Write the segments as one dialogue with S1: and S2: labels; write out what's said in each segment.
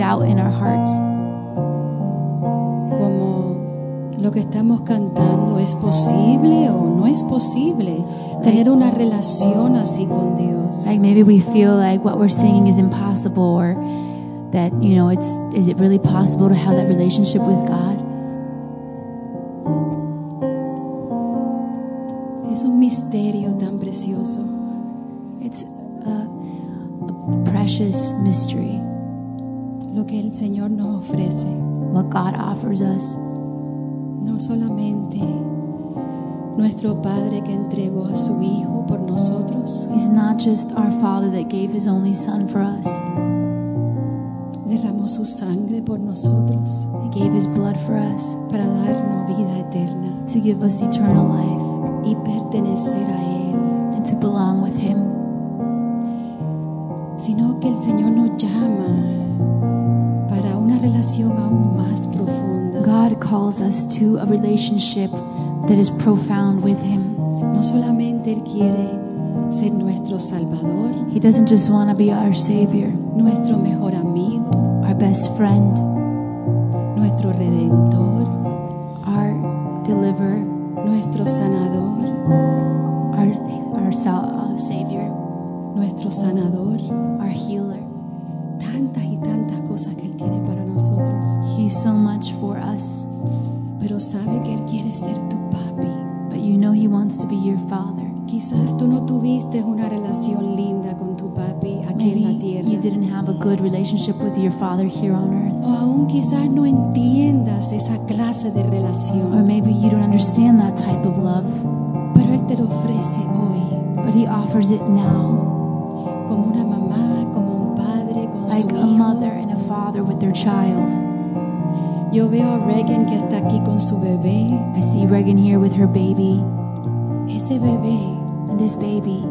S1: out in our hearts.
S2: como lo que estamos cantando, ¿es posible o no es posible tener una relación así con Dios?
S1: Like maybe we feel like what we're singing is impossible or that, you know, it's is it really possible to have that relationship with God?
S2: Es un misterio tan precioso.
S1: It's a, a precious mystery
S2: lo que el Señor nos ofrece,
S1: what God offers us.
S2: no solamente nuestro Padre que entregó a su Hijo por nosotros,
S1: He's not just our Father that gave His only Son for us.
S2: derramó su sangre por nosotros
S1: He gave His blood for us
S2: para darnos vida eterna
S1: to give us eternal life
S2: y pertenecer a Él,
S1: and to belong with Him.
S2: sino que el Señor nos llama para una relación aún más profunda,
S1: God calls us to a relationship that is profound with Him.
S2: no solamente Él quiere ser nuestro Salvador,
S1: He doesn't just want to be our Savior,
S2: nuestro mejor amigo,
S1: our best friend,
S2: nuestro Redentor,
S1: our deliverer,
S2: nuestro Sanador,
S1: our, our sal- uh, Savior,
S2: nuestro Sanador.
S1: our healer.
S2: tantas y tantas cosas que Él tiene para nosotros.
S1: He's so much for us,
S2: Pero sabe que Él quiere ser tu papi.
S1: but you know He wants to be your Father.
S2: Quizás tú no tuviste una relación linda con tu papi aquí
S1: Maybe
S2: en la
S1: you
S2: tierra.
S1: didn't have a good relationship with your Father here on earth.
S2: O aún quizás no entiendas esa clase de
S1: Or
S2: relación.
S1: maybe you don't understand that type of love,
S2: Pero Él te lo ofrece hoy
S1: but He offers it now,
S2: como una mamá, como un padre, con
S1: like
S2: su
S1: a
S2: hijo.
S1: mother and a father with their child.
S2: Yo veo a Reagan que está aquí con su bebé.
S1: I see Regan here with her baby,
S2: Ese bebé
S1: and this baby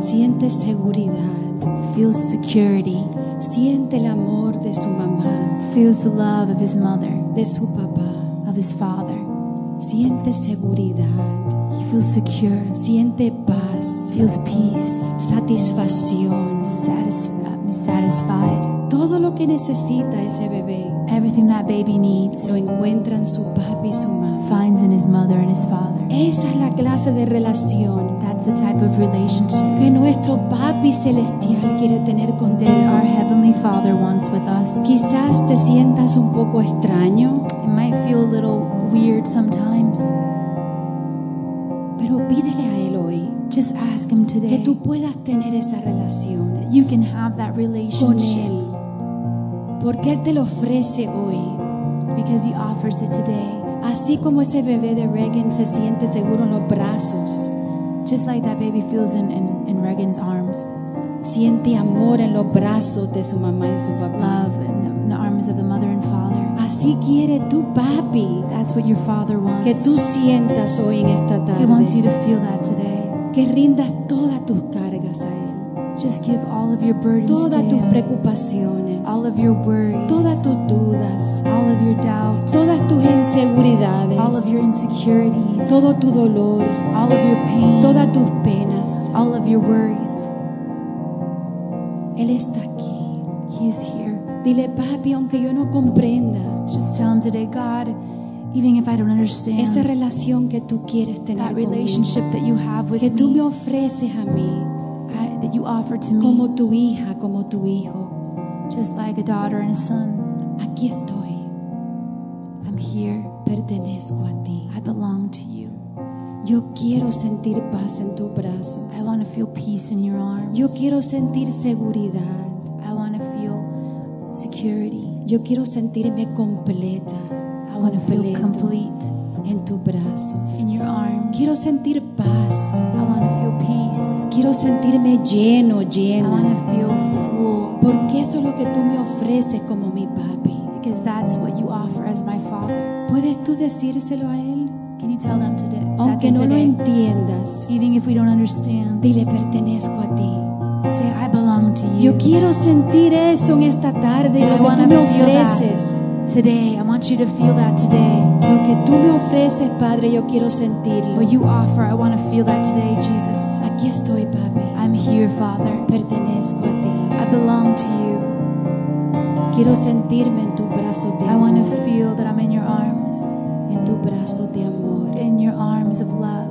S2: siente seguridad,
S1: feels security,
S2: siente el amor de su mamá,
S1: feels the love of his mother,
S2: de su papá.
S1: of his father.
S2: Siente seguridad,
S1: He feels secure,
S2: siente paz,
S1: feels peace,
S2: satisfacción.
S1: satisf- uh, satisfied.
S2: Todo lo que necesita ese bebé
S1: Everything that baby needs
S2: lo encuentran su papi y su mamá.
S1: finds in his mother and his father.
S2: Esa es la clase de relación
S1: That's the type of relationship
S2: que nuestro papi celestial quiere tener
S1: that our
S2: contigo.
S1: heavenly Father wants with us.
S2: Quizás te sientas un poco extraño,
S1: It might feel a little weird sometimes.
S2: pero pídele a él hoy
S1: Just ask Him
S2: que
S1: today.
S2: tú puedas tener esa relación
S1: You can have that
S2: con
S1: relationship
S2: él, porque él te lo ofrece hoy.
S1: because He offers it today.
S2: Así como ese bebé de Reagan se siente seguro en los brazos,
S1: Just like that baby feels in, in, in Regan's arms
S2: siente amor en los brazos de su mamá y su papá.
S1: love in the, in the arms of the mother and father.
S2: Así quiere tu papi
S1: That's what your Father wants.
S2: que tú sientas hoy en esta
S1: He wants you
S2: tarde,
S1: to feel that today.
S2: que rindas todas tus cargas a Él,
S1: Just give all of your burdens to
S2: todas tus
S1: Him,
S2: preocupaciones,
S1: all of your worries,
S2: todas tus dudas,
S1: all of your doubts,
S2: todas tus
S1: all of
S2: inseguridades,
S1: your insecurities,
S2: todo tu dolor,
S1: all of your pain,
S2: todas tus penas.
S1: all of your worries.
S2: Él está aquí.
S1: He's here.
S2: Dile, papi, aunque yo no comprenda.
S1: Just tell Him today, God, even if I don't understand,
S2: esa relación que tú quieres
S1: that
S2: tener conmigo,
S1: relationship that you have with
S2: que tú me
S1: me,
S2: ofreces a mí
S1: I, that you offer to me,
S2: como tu hija, como tu hijo.
S1: just like a daughter and a son.
S2: Aquí estoy,
S1: I'm here.
S2: pertenezco a ti.
S1: I belong to you.
S2: Yo quiero sentir paz en tus brazos.
S1: I want to feel peace in your arms.
S2: Yo quiero sentir seguridad.
S1: I want to feel security.
S2: Yo quiero sentirme completa,
S1: I want to feel
S2: completo
S1: complete
S2: en tus brazos.
S1: in your arms.
S2: Quiero sentir paz.
S1: I want to feel peace.
S2: Quiero sentirme lleno,
S1: I want
S2: llena.
S1: to feel full
S2: Porque eso es lo que tú me ofreces como mi papi.
S1: because that's what you offer as my Father.
S2: ¿Puedes tú decírselo a él?
S1: Can you tell them today? that
S2: Aunque
S1: to
S2: no lo
S1: today?
S2: entiendas,
S1: Even if we don't understand,
S2: dile pertenezco a ti.
S1: say, I belong to you.
S2: Yo quiero sentir eso en esta tarde,
S1: I
S2: lo que
S1: wanna
S2: tú me
S1: feel that.
S2: ofreces.
S1: Today, I want you to feel that today.
S2: Lo que tú me ofreces, Padre, yo quiero
S1: What
S2: sentirlo.
S1: you offer, I want to feel that today, Jesus.
S2: Aquí estoy, papi.
S1: I'm here, Father.
S2: Pertenezco a ti.
S1: I belong to you.
S2: Quiero sentirme en tus brazos de
S1: I want
S2: amor.
S1: to feel that I'm in your arms,
S2: En tus brazos de amor.
S1: in your arms of love.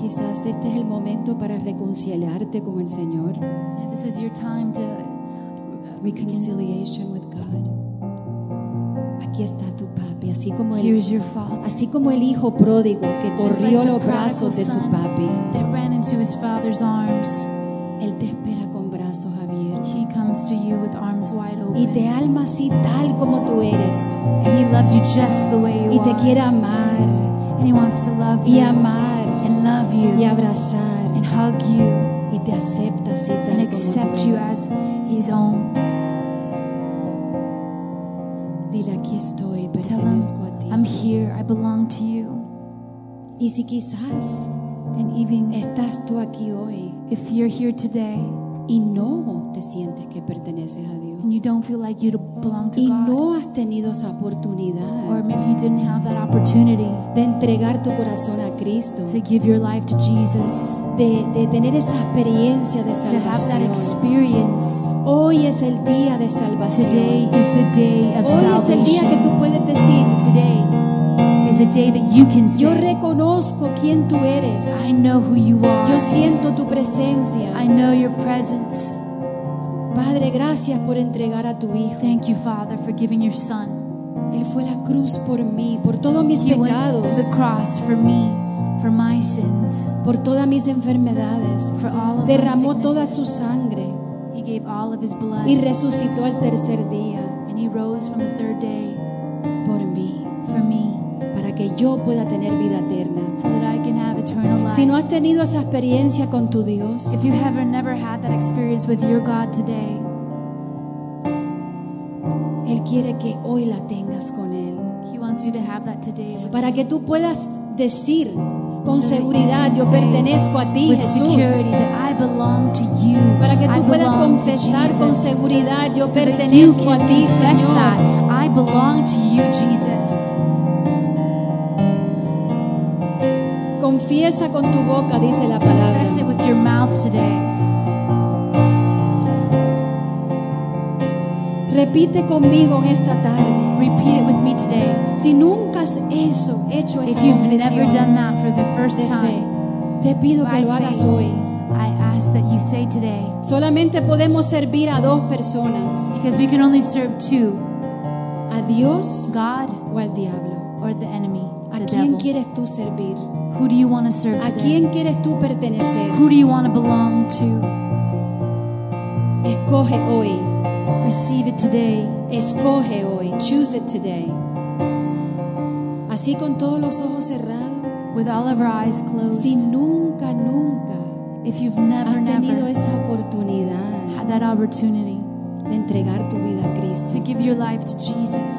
S2: Quizás este es el momento para reconciliarte con el Señor.
S1: This is your time to
S2: Reconciliation with God. Aquí está tu papi, así como el,
S1: Here's your father
S2: así como el hijo pródigo que
S1: Just
S2: corrió
S1: like the
S2: los brazos de su
S1: prodigal son.
S2: papi.
S1: that ran into his father's arms.
S2: Él te espera con brazos abiertos
S1: He comes to you with arms wide open.
S2: y te alma así tal como tú eres
S1: and he loves you just the way you
S2: y te
S1: are.
S2: quiere amar
S1: and he wants to love
S2: y
S1: you
S2: amar
S1: and love you
S2: y abrazar
S1: and hug you
S2: y te acepta así
S1: and
S2: tal como
S1: accept
S2: tú
S1: you
S2: eres.
S1: as his own.
S2: Dile aquí estoy,
S1: Tell him,
S2: pertenezco a ti.
S1: I'm here, I belong to you.
S2: Y si quizás
S1: And even
S2: estás tú aquí hoy
S1: if you're here today
S2: y no te sientes que perteneces a
S1: and you
S2: Dios
S1: don't feel like you belong to
S2: y
S1: God,
S2: no has tenido esa
S1: or
S2: oportunidad
S1: maybe you didn't have that opportunity
S2: de entregar tu corazón a Cristo,
S1: to give your life to Jesus,
S2: de, de tener esa experiencia de
S1: to have that
S2: salvación,
S1: experience.
S2: hoy es el día de
S1: Today
S2: salvación.
S1: is the day of
S2: Hoy es Oh, el día que
S1: salvation.
S2: tú puedes decir,
S1: Today is a day that you can
S2: yo
S1: say,
S2: reconozco quién tú eres,
S1: I know who you
S2: yo
S1: are.
S2: siento tu
S1: I
S2: presencia.
S1: know your presence.
S2: Padre, gracias por entregar a tu Hijo.
S1: Thank you, Father, for giving your son.
S2: Él fue a la cruz por mí, por todos mis
S1: He went to the
S2: pecados,
S1: cross for me, for my sins,
S2: por todas mis enfermedades.
S1: for all of my
S2: Derramó toda
S1: sicknesses.
S2: su sangre
S1: He gave all of his blood
S2: y resucitó al tercer día
S1: and he rose from the third day
S2: por mí,
S1: for me
S2: para que yo pueda tener vida eterna.
S1: so that I can have eternal life.
S2: Si no has tenido esa experiencia con tu Dios,
S1: If you have never had that experience with your God today,
S2: Él quiere que hoy la tengas con Él.
S1: He wants you to have that today with
S2: para que tú puedas decir con seguridad, yo pertenezco a ti,
S1: with
S2: Jesús.
S1: security that I belong to you.
S2: Para que
S1: I
S2: tú puedas
S1: belong to
S2: confesar con
S1: Jesus.
S2: seguridad, yo
S1: So that you
S2: pertenezco a
S1: can
S2: ti,
S1: confess that
S2: Señor.
S1: I belong to you, Jesus.
S2: Confiesa con tu boca, dice la palabra.
S1: Confess it with your mouth today.
S2: Repite conmigo en esta tarde.
S1: Repeat it with me today.
S2: Si nunca has eso, hecho
S1: If
S2: esa
S1: you've never
S2: confesión
S1: done that for the first
S2: de fe,
S1: time,
S2: te pido que
S1: by
S2: lo hagas
S1: faith,
S2: hoy.
S1: I ask that you say today,
S2: Solamente podemos servir a dos personas,
S1: because we can only serve two,
S2: a Dios
S1: God
S2: o al diablo.
S1: or the enemy,
S2: ¿A
S1: the
S2: quién
S1: devil.
S2: quieres tú servir?
S1: Who do you want to serve
S2: ¿A
S1: today?
S2: quién quieres tú pertenecer?
S1: Who do you want to belong to?
S2: Escoge hoy.
S1: Receive it today.
S2: Escoge hoy. Choose it today. Así con todos los ojos cerrados.
S1: With all of our eyes closed,
S2: Si nunca, nunca
S1: if you've never,
S2: has tenido
S1: never
S2: esa oportunidad
S1: had that opportunity
S2: de entregar tu vida a Cristo,
S1: to give your life to Jesus,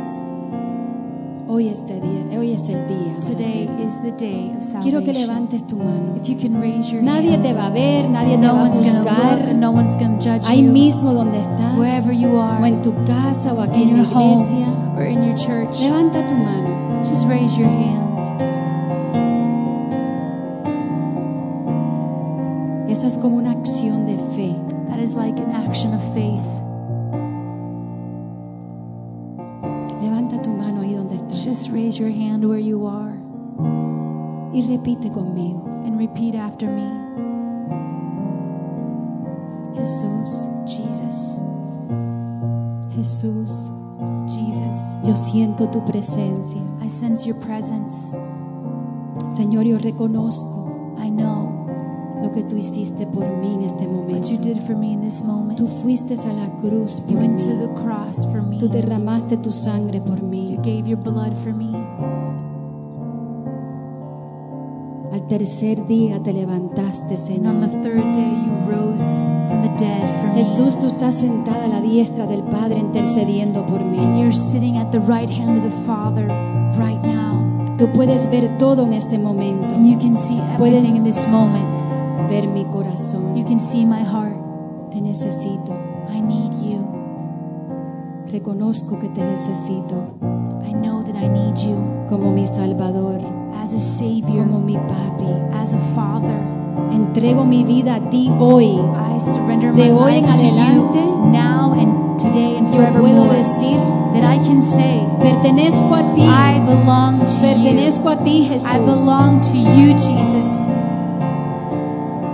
S2: hoy, este día, hoy es el día. para
S1: today
S2: hacerlo.
S1: is the day of
S2: Quiero que
S1: salvation.
S2: levantes tu mano.
S1: If you can raise your
S2: Nadie
S1: hand,
S2: te va a ver, nadie te
S1: no
S2: va a
S1: one's going to look and
S2: juzgar.
S1: no one's going to judge
S2: Ahí
S1: you.
S2: mismo donde estás,
S1: Wherever you are,
S2: o en tu casa, o aquí
S1: in
S2: en la
S1: your
S2: iglesia,
S1: home or in your church,
S2: levanta tu mano.
S1: just raise your hand.
S2: Esa es como una acción de fe.
S1: That is like an action of faith.
S2: Levanta tu mano ahí donde estás.
S1: Just raise your hand where you are
S2: y repite conmigo.
S1: and repeat after me.
S2: Jesús,
S1: Jesus,
S2: Jesús,
S1: Jesus,
S2: yo siento tu presencia.
S1: I sense your presence.
S2: Señor, yo reconozco
S1: I know
S2: lo que tú hiciste por mí en este
S1: what
S2: momento.
S1: you did for me in this moment.
S2: Tú fuiste a la cruz
S1: You
S2: por
S1: went to
S2: mí.
S1: the cross for me.
S2: Tú derramaste tu sangre por
S1: You
S2: mí.
S1: gave your blood for me.
S2: Al tercer día te levantaste,
S1: And on
S2: Señor.
S1: the third day, you rose from the dead for me.
S2: Jesús, tú estás sentada a la diestra del Padre intercediendo por mí.
S1: And you're sitting at the right hand of the Father right now.
S2: Tú puedes ver todo en este momento.
S1: And you can see everything in this moment.
S2: Ver mi
S1: You
S2: corazón.
S1: can see my heart.
S2: Te necesito.
S1: I need you.
S2: Reconozco que te necesito
S1: I know that I need you
S2: como mi Salvador.
S1: as as a savior,
S2: como mi papi.
S1: as a father.
S2: Entrego mi vida a ti hoy.
S1: I surrender my
S2: De hoy en
S1: life to
S2: adelante,
S1: you now and today and
S2: Yo puedo
S1: forevermore.
S2: decir,
S1: That I can say,
S2: pertenezco a ti.
S1: I belong to you.
S2: Pertenezco a ti, Jesús.
S1: I belong to you, Jesus.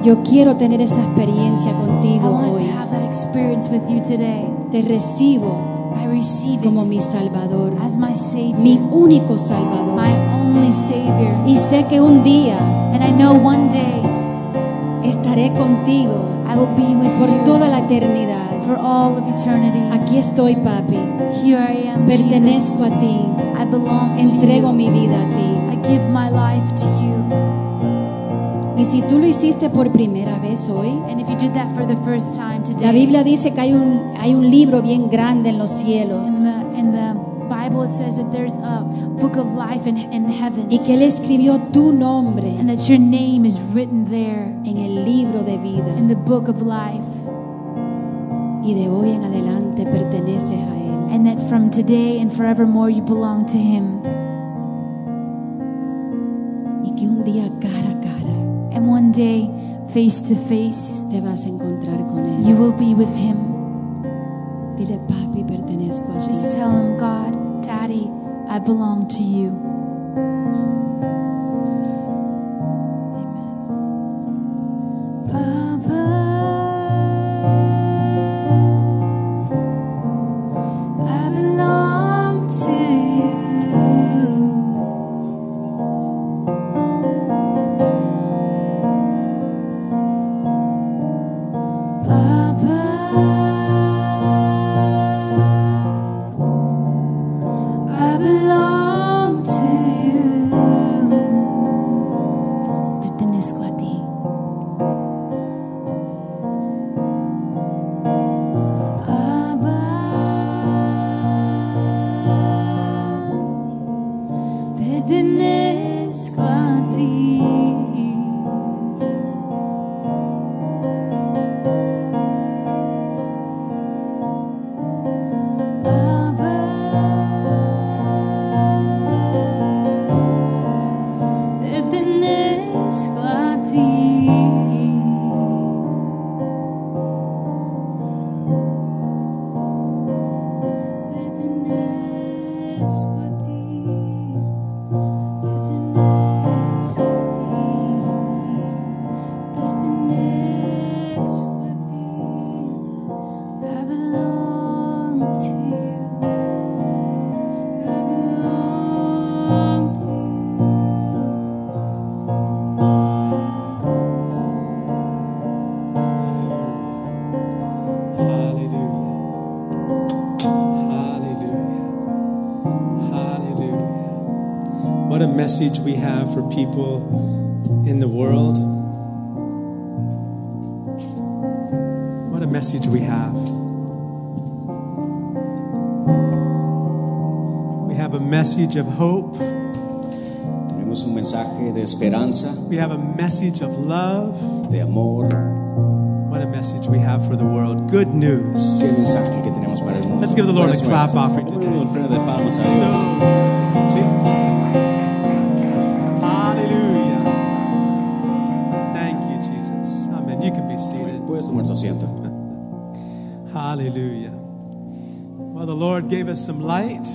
S2: Yo quiero tener esa experiencia
S1: I
S2: contigo
S1: want to
S2: hoy.
S1: have that experience with you today.
S2: Te recibo
S1: I receive
S2: como
S1: it
S2: mi Salvador,
S1: as my
S2: mi
S1: Savior,
S2: único Salvador.
S1: my only Savior.
S2: Y sé que un día
S1: And I know one day
S2: estaré contigo
S1: I will be with
S2: por
S1: you
S2: toda la eternidad.
S1: for all of eternity.
S2: Aquí estoy, papi.
S1: Here I am, Jesus.
S2: Pertenezco a ti.
S1: I belong to
S2: Entrego
S1: you.
S2: mi vida a ti.
S1: I give my life to you.
S2: Y si tú lo hiciste por primera vez hoy,
S1: And if you did that for the first time
S2: la
S1: today,
S2: Biblia dice que hay un, hay un libro bien grande en los cielos
S1: in the, in the Bible it says that there's a book of life in, in heaven.
S2: y que Él escribió tu nombre
S1: and that your name is written there
S2: en el libro de vida.
S1: in the book of life,
S2: y de hoy en adelante perteneces a Él.
S1: and that from today and forevermore you belong to Him.
S2: Y que un día cara a cara
S1: And one day, face to face,
S2: te vas a encontrar con Él.
S1: you will be with Him.
S2: Dile, papi, pertenezco a ti.
S1: Just tell Him, God, Daddy, I belong to you.
S3: I belong to you. Papa, I belong to you.
S1: Pertenezco a ti.
S3: Abba, pertenezco a ti. Abba, pertenezco a ti. Pertenezco a ti, pertenezco a ti, pertenezco a ti, I belong to you, I belong to
S4: Hallelujah. Hallelujah. Hallelujah. What a message we have for people in the world. What a message we have. We have a message of hope.
S5: Tenemos un mensaje de esperanza,
S4: We have a message of love.
S5: de amor.
S4: What a message we have for the world. Good
S5: Qué
S4: news.
S5: mensaje que tenemos para el mundo.
S4: Let's give the Lord
S5: Buenas
S4: a clap
S5: nuevas.
S4: offering
S5: Ponle
S4: today.
S5: una ofrenda de palmas a Dios.
S4: So, see? Hallelujah. Thank you, Jesus. Amen. You can be seated.
S5: Puedes tomar tu asiento.
S4: Hallelujah. Well, the Lord gave us some light.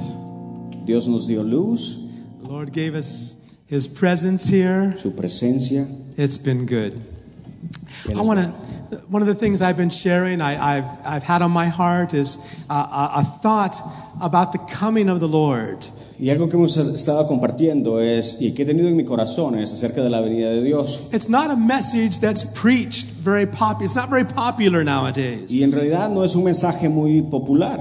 S5: Dios nos dio luz,
S4: The Lord gave us His presence here.
S5: su presencia.
S4: It's been good.
S5: Él
S4: I
S5: es
S4: want
S5: bueno.
S4: to. One of the things I've been sharing, I, I've, I've had on my heart, is uh, a, a thought about the coming of the Lord.
S5: Y algo que hemos estado compartiendo es, y que he tenido en mi corazón, es acerca de la venida de Dios.
S4: It's not a message that's preached very popular. It's not very popular nowadays.
S5: Y en realidad no es un mensaje muy popular,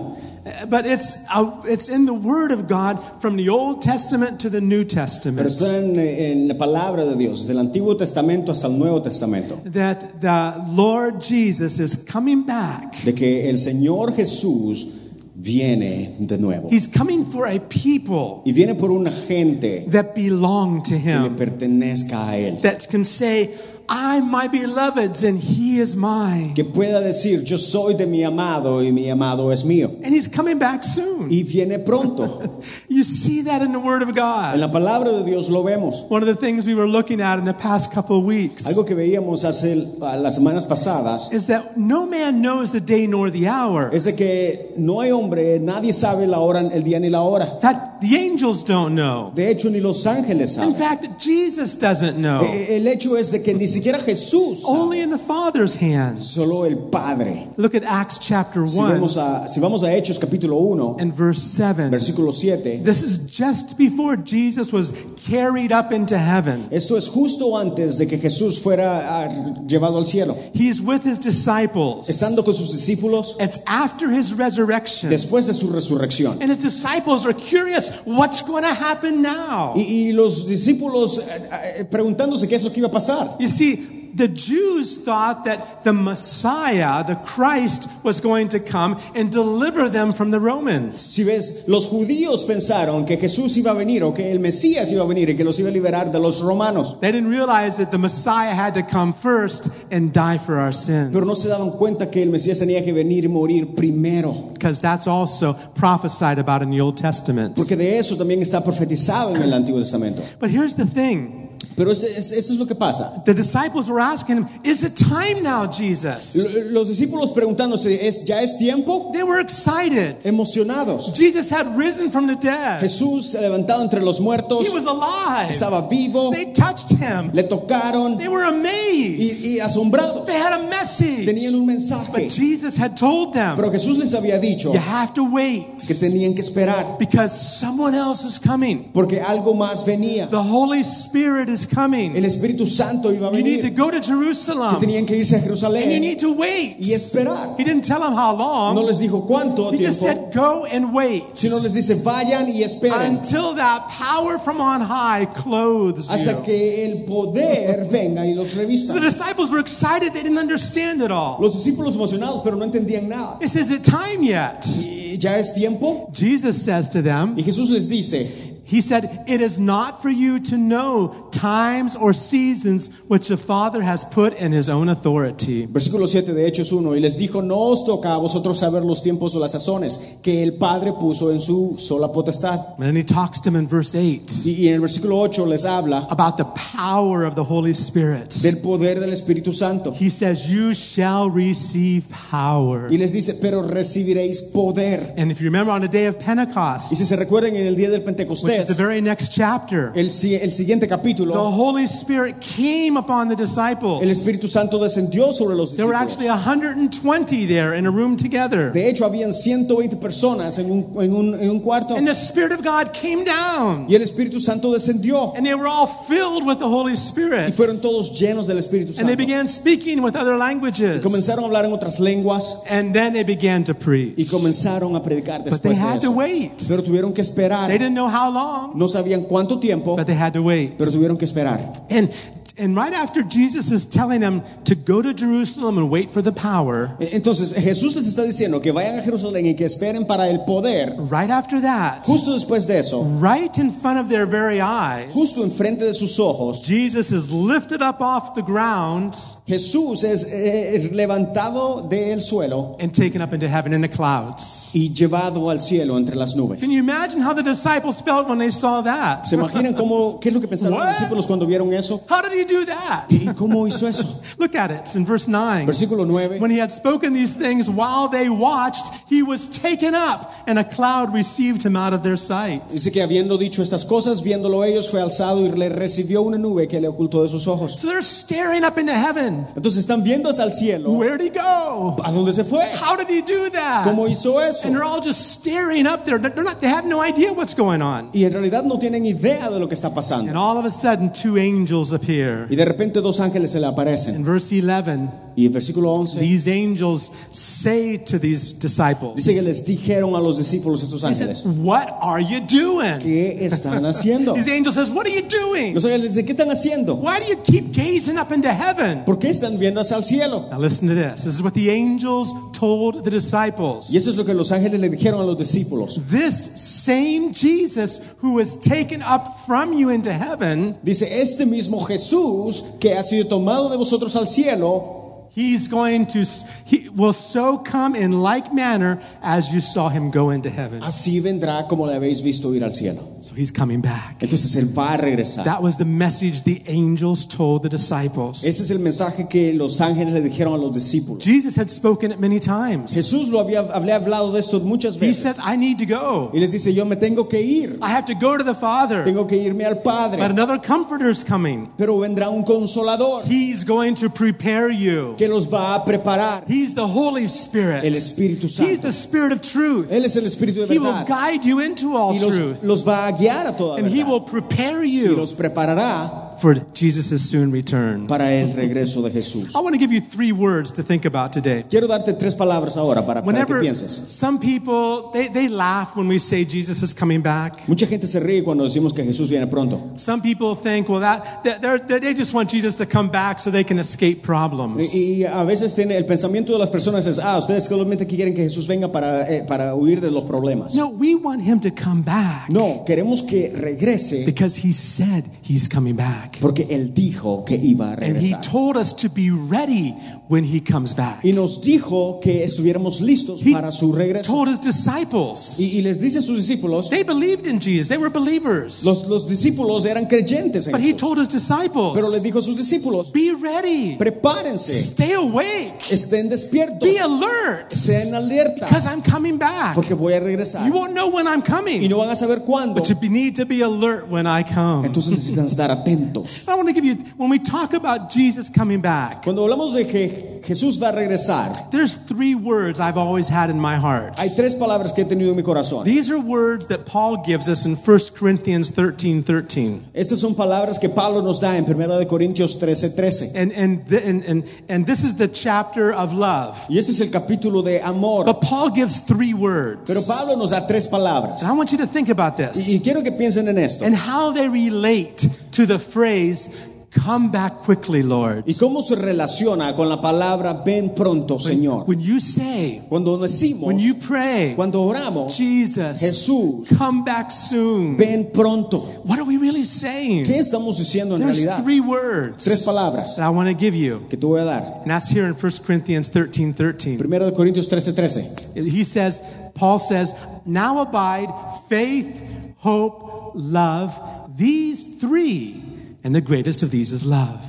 S4: But it's, uh, it's in the Word of God from the Old Testament to the New
S5: pero
S4: Testament
S5: está en, en la palabra de Dios, desde el Antiguo Testamento hasta el Nuevo Testamento,
S4: that the Lord Jesus is coming back.
S5: de que el Señor Jesús viene de nuevo.
S4: He's coming for a people
S5: Y viene por una gente
S4: that belong to
S5: que le
S4: Him,
S5: pertenezca a Él.
S4: that can say, I'm my beloved's and he is mine.
S5: que pueda decir, yo soy de mi amado y mi amado es mío.
S4: And he's coming back soon.
S5: Y viene pronto.
S4: You see that in the Word of
S5: En
S4: God.
S5: la palabra de Dios lo vemos.
S4: One of the things we were looking at in the past couple of weeks
S5: Algo que veíamos hace las semanas pasadas
S4: is that no man knows the day nor the hour.
S5: es de que no hay hombre, nadie sabe la hora, el día ni la hora.
S4: In fact, the angels don't know.
S5: De hecho, ni los ángeles
S4: In
S5: saben.
S4: fact, Jesus doesn't know.
S5: E- El hecho es de que ni siquiera Jesús, sabe.
S4: Oh. Only in the Father's hands.
S5: solo el Padre.
S4: Look at Acts chapter
S5: Si
S4: 1
S5: vamos a, si vamos a Hechos capítulo 1,
S4: and verse 7.
S5: versículo 7,
S4: This is just before Jesus was carried up into heaven.
S5: esto es justo antes de que Jesús fuera ah, llevado al cielo.
S4: He's with his disciples.
S5: Estando con sus discípulos
S4: It's after his resurrection.
S5: después de su resurrección.
S4: And his disciples are curious what's going to happen now?
S5: Y, y los discípulos eh, eh, preguntándose qué es lo que iba a pasar.
S4: You see, the Jews thought that the Messiah, the Christ, was going to come and deliver them from the Romans.
S5: Si ves, los judíos pensaron que Jesús iba a venir o que el Mesías iba a venir y que los iba a liberar de los romanos,
S4: They didn't realize that the Messiah had to come first and die for our sins,
S5: pero no se daban cuenta que el Mesías tenía que venir y morir primero,
S4: because that's also prophesied about in the Old Testament.
S5: porque de eso también está profetizado en el Antiguo Testamento.
S4: But here's the thing
S5: Pero es- es- eso es lo que pasa.
S4: the disciples were asking him, Is it time now, Jesus?
S5: L- Los discípulos preguntándose, ¿es, ¿ya es tiempo?
S4: They were excited.
S5: Emocionados.
S4: Jesus had risen from the dead,
S5: Jesús se levantado entre los muertos,
S4: he was alive.
S5: estaba vivo,
S4: They touched him,
S5: le tocaron
S4: they were amazed,
S5: y, y asombrados.
S4: they had a message.
S5: Tenían un
S4: But
S5: mensaje,
S4: Jesus had told them,
S5: pero Jesús les había dicho
S4: You have to
S5: que
S4: wait
S5: tenían que esperar.
S4: because someone else is coming.
S5: Porque algo más venía.
S4: The Holy Spirit is coming.
S5: El Espíritu Santo iba a
S4: You need to
S5: venir.
S4: go to
S5: Que
S4: Jerusalem
S5: tenían que irse a
S4: and you
S5: Jerusalén
S4: need to wait.
S5: y esperar.
S4: He didn't tell them how
S5: No
S4: long.
S5: les dijo cuánto
S4: He just
S5: tiempo,
S4: said, go and wait
S5: sino les dice vayan y esperen
S4: until that power from on high clothes
S5: hasta
S4: you.
S5: que el poder venga y los revista.
S4: The disciples were excited. They didn't understand it all.
S5: Los discípulos emocionados, pero no entendían nada.
S4: This is it time yet.
S5: ¿Y ¿Ya es tiempo?
S4: Jesus says to them,
S5: Y Jesús les dice,
S4: He said, It is not for you to know times or seasons which the Father has put in His own authority.
S5: versículo 7 de Hechos 1, y les dijo, no os toca a vosotros saber los tiempos o las sazones que el Padre puso en su sola potestad.
S4: And then He talks to them in verse 8
S5: Y, y en el versículo 8 les habla
S4: about the power of the Holy Spirit.
S5: del poder del Espíritu Santo.
S4: He says, You shall receive power.
S5: Y les dice, pero recibiréis poder.
S4: And if you remember on the day of
S5: Y
S4: Pentecost,
S5: si se recuerdan en el día del
S4: which is the
S5: Pentecostés,
S4: very next chapter,
S5: el, si- el siguiente
S4: the
S5: capítulo,
S4: Holy Spirit came upon the
S5: el
S4: disciples.
S5: Espíritu Santo descendió sobre los
S4: There were
S5: discípulos.
S4: actually 120 there in a room together.
S5: De hecho, habían 120 personas en un, en un, en un cuarto.
S4: And the Spirit of God came down.
S5: Y el Espíritu Santo descendió.
S4: And they were all filled with the Holy
S5: Y
S4: Spirit.
S5: fueron todos llenos del Espíritu
S4: And they
S5: Santo.
S4: began speaking with other
S5: Comenzaron
S4: languages.
S5: a hablar en otras lenguas
S4: And then they began to
S5: y
S4: preach.
S5: comenzaron a predicar
S4: But they
S5: después de
S4: had to
S5: eso.
S4: wait.
S5: Pero tuvieron que
S4: They
S5: esperar.
S4: didn't know how long,
S5: No sabían cuánto tiempo,
S4: but they had to wait.
S5: pero tuvieron que esperar.
S4: And and right after Jesus is telling them to go to Jerusalem and wait for the power,
S5: E- Entonces, Jesús les está diciendo que vayan a Jerusalén y que esperen para el poder.
S4: right after that,
S5: Justo después de eso,
S4: right in front of their very eyes,
S5: justo enfrente de sus ojos,
S4: Jesus is lifted up off the ground
S5: Jesús es eh, levantado del suelo
S4: and taken up into heaven in the clouds.
S5: y llevado al cielo entre las nubes.
S4: Can you imagine how the disciples felt when they saw that?
S5: ¿Se imaginan cómo, qué es lo que pensaron
S4: What?
S5: los discípulos cuando vieron eso?
S4: How did he do that?
S5: ¿Y cómo hizo eso?
S4: Look at it in verse 9.
S5: Versículo 9.
S4: When he had spoken these things while they watched, he was taken up, and a cloud received him out of their sight.
S5: Dice que habiendo dicho estas cosas, viéndolo ellos, fue alzado y le recibió una nube que le ocultó de sus ojos.
S4: So they're staring up into heaven.
S5: Entonces están viendo hacia el cielo.
S4: Where'd he go?
S5: ¿A dónde se fue?
S4: How did he do that?
S5: ¿Cómo hizo eso?
S4: And they're all just staring up there. They're not, they have no idea what's going on.
S5: Y en realidad no tienen idea de lo que está
S4: And
S5: pasando.
S4: all of a sudden, two angels appear.
S5: Y de repente dos ángeles se le
S4: In
S5: aparecen.
S4: verse 11,
S5: Y Y el versículo 11
S4: These angels say to these disciples,
S5: dice que les dijeron a los discípulos estos ángeles,
S4: What are you doing?
S5: ¿qué están haciendo?
S4: These angels says, What are you doing?
S5: Los ángeles dicen, ¿qué están haciendo?
S4: Why do you keep gazing up into heaven?
S5: ¿Por qué están viendo hacia el cielo?
S4: Now listen to this. This is what the angels told the disciples.
S5: Y eso es lo que los ángeles le dijeron a los discípulos.
S4: This same Jesus who was taken up from you into heaven,
S5: Dice, este mismo Jesús que ha sido tomado de vosotros al cielo,
S4: he's going to he will so come in like manner as you saw him go into heaven.
S5: así vendrá como le habéis visto ir al cielo.
S4: So he's coming back.
S5: Entonces Él va a regresar.
S4: That was the message the angels told the disciples.
S5: Ese es el mensaje que los ángeles le dijeron a los discípulos.
S4: Jesus had spoken it many times.
S5: Jesús lo había, había hablado de esto muchas
S4: He
S5: veces.
S4: said, I need to go.
S5: Y les dice, yo me tengo que ir,
S4: I have to go to the Father.
S5: tengo que irme al
S4: But
S5: Padre,
S4: another comforter's coming.
S5: pero vendrá un consolador
S4: He's going to prepare you.
S5: que los va a preparar,
S4: He's the Holy
S5: el
S4: Spirit.
S5: Espíritu
S4: He's
S5: Santo.
S4: the Spirit of truth.
S5: Él es el Espíritu de
S4: He will
S5: verdad
S4: guide you into all
S5: y los,
S4: truth.
S5: los va a guiar a toda
S4: And He
S5: verdad
S4: will prepare
S5: y
S4: you
S5: los preparará
S4: for Jesus' soon return.
S5: para el regreso de Jesús.
S4: I want to give you three words to think about today.
S5: Quiero darte tres palabras ahora para, para que
S4: Whenever
S5: pienses.
S4: some people, they, they laugh when we say Jesus is coming back.
S5: Mucha gente se ríe cuando decimos que Jesús viene pronto.
S4: Some people think, well, that, that they're, they're, they just want Jesus to come back so they can escape problems.
S5: Y, y a veces tiene, el pensamiento de las personas es, ah, ustedes solamente quieren que Jesús venga para, eh, para huir de los problemas.
S4: No, we want him to come back
S5: No, queremos que regrese
S4: because he said he's coming back.
S5: porque Él dijo que iba a
S4: And he
S5: regresar.
S4: told us to be ready when he comes back.
S5: Y nos dijo que estuviéramos listos
S4: He
S5: para su regreso.
S4: told his disciples.
S5: Y, y les dice a sus discípulos,
S4: They believed in Jesus, they were believers.
S5: los, los discípulos eran creyentes en
S4: But he
S5: Jesús.
S4: told his
S5: Pero les
S4: disciples,
S5: dijo a sus discípulos,
S4: be ready,
S5: prepárense,
S4: stay awake,
S5: estén despiertos,
S4: be alert,
S5: sean alerta,
S4: because I'm coming back.
S5: porque voy a regresar.
S4: You won't know when I'm
S5: Y
S4: coming,
S5: no van a saber cuándo.
S4: but you need to be alert when I come.
S5: Entonces necesitan estar atentos.
S4: I want to give you, when we talk about Jesus coming back,
S5: Cuando hablamos de que Jesús va a regresar,
S4: there's three words I've always had in my heart.
S5: hay tres palabras que he tenido en mi corazón.
S4: These are words that Paul gives us in 1 Corinthians 13 13.
S5: Estas son palabras que Pablo nos da en 1 de Corintios 13:13.
S4: And, and, th- and, and, and this is the chapter of love.
S5: Y este es el capítulo de amor.
S4: But Paul gives three words.
S5: Pero Pablo nos da tres palabras.
S4: And I want you to think about
S5: Y,
S4: this
S5: y quiero que piensen en esto.
S4: and how they relate to the phrase, come back quickly, Lord.
S5: Y cómo se relaciona con la palabra ven pronto, Señor.
S4: When you say,
S5: Cuando decimos,
S4: when you pray,
S5: cuando oramos,
S4: Jesus,
S5: Jesús.
S4: come back soon.
S5: ven pronto.
S4: What are we really saying?
S5: ¿Qué estamos diciendo en
S4: There's
S5: realidad?
S4: three words
S5: Tres palabras
S4: that I want to give you.
S5: que te voy a dar.
S4: And that's here in 1 Corinthians 13 13.
S5: 1 de Corintios 13:13.
S4: He says, Paul says, now abide faith, hope, love, these three. And the greatest of these is love.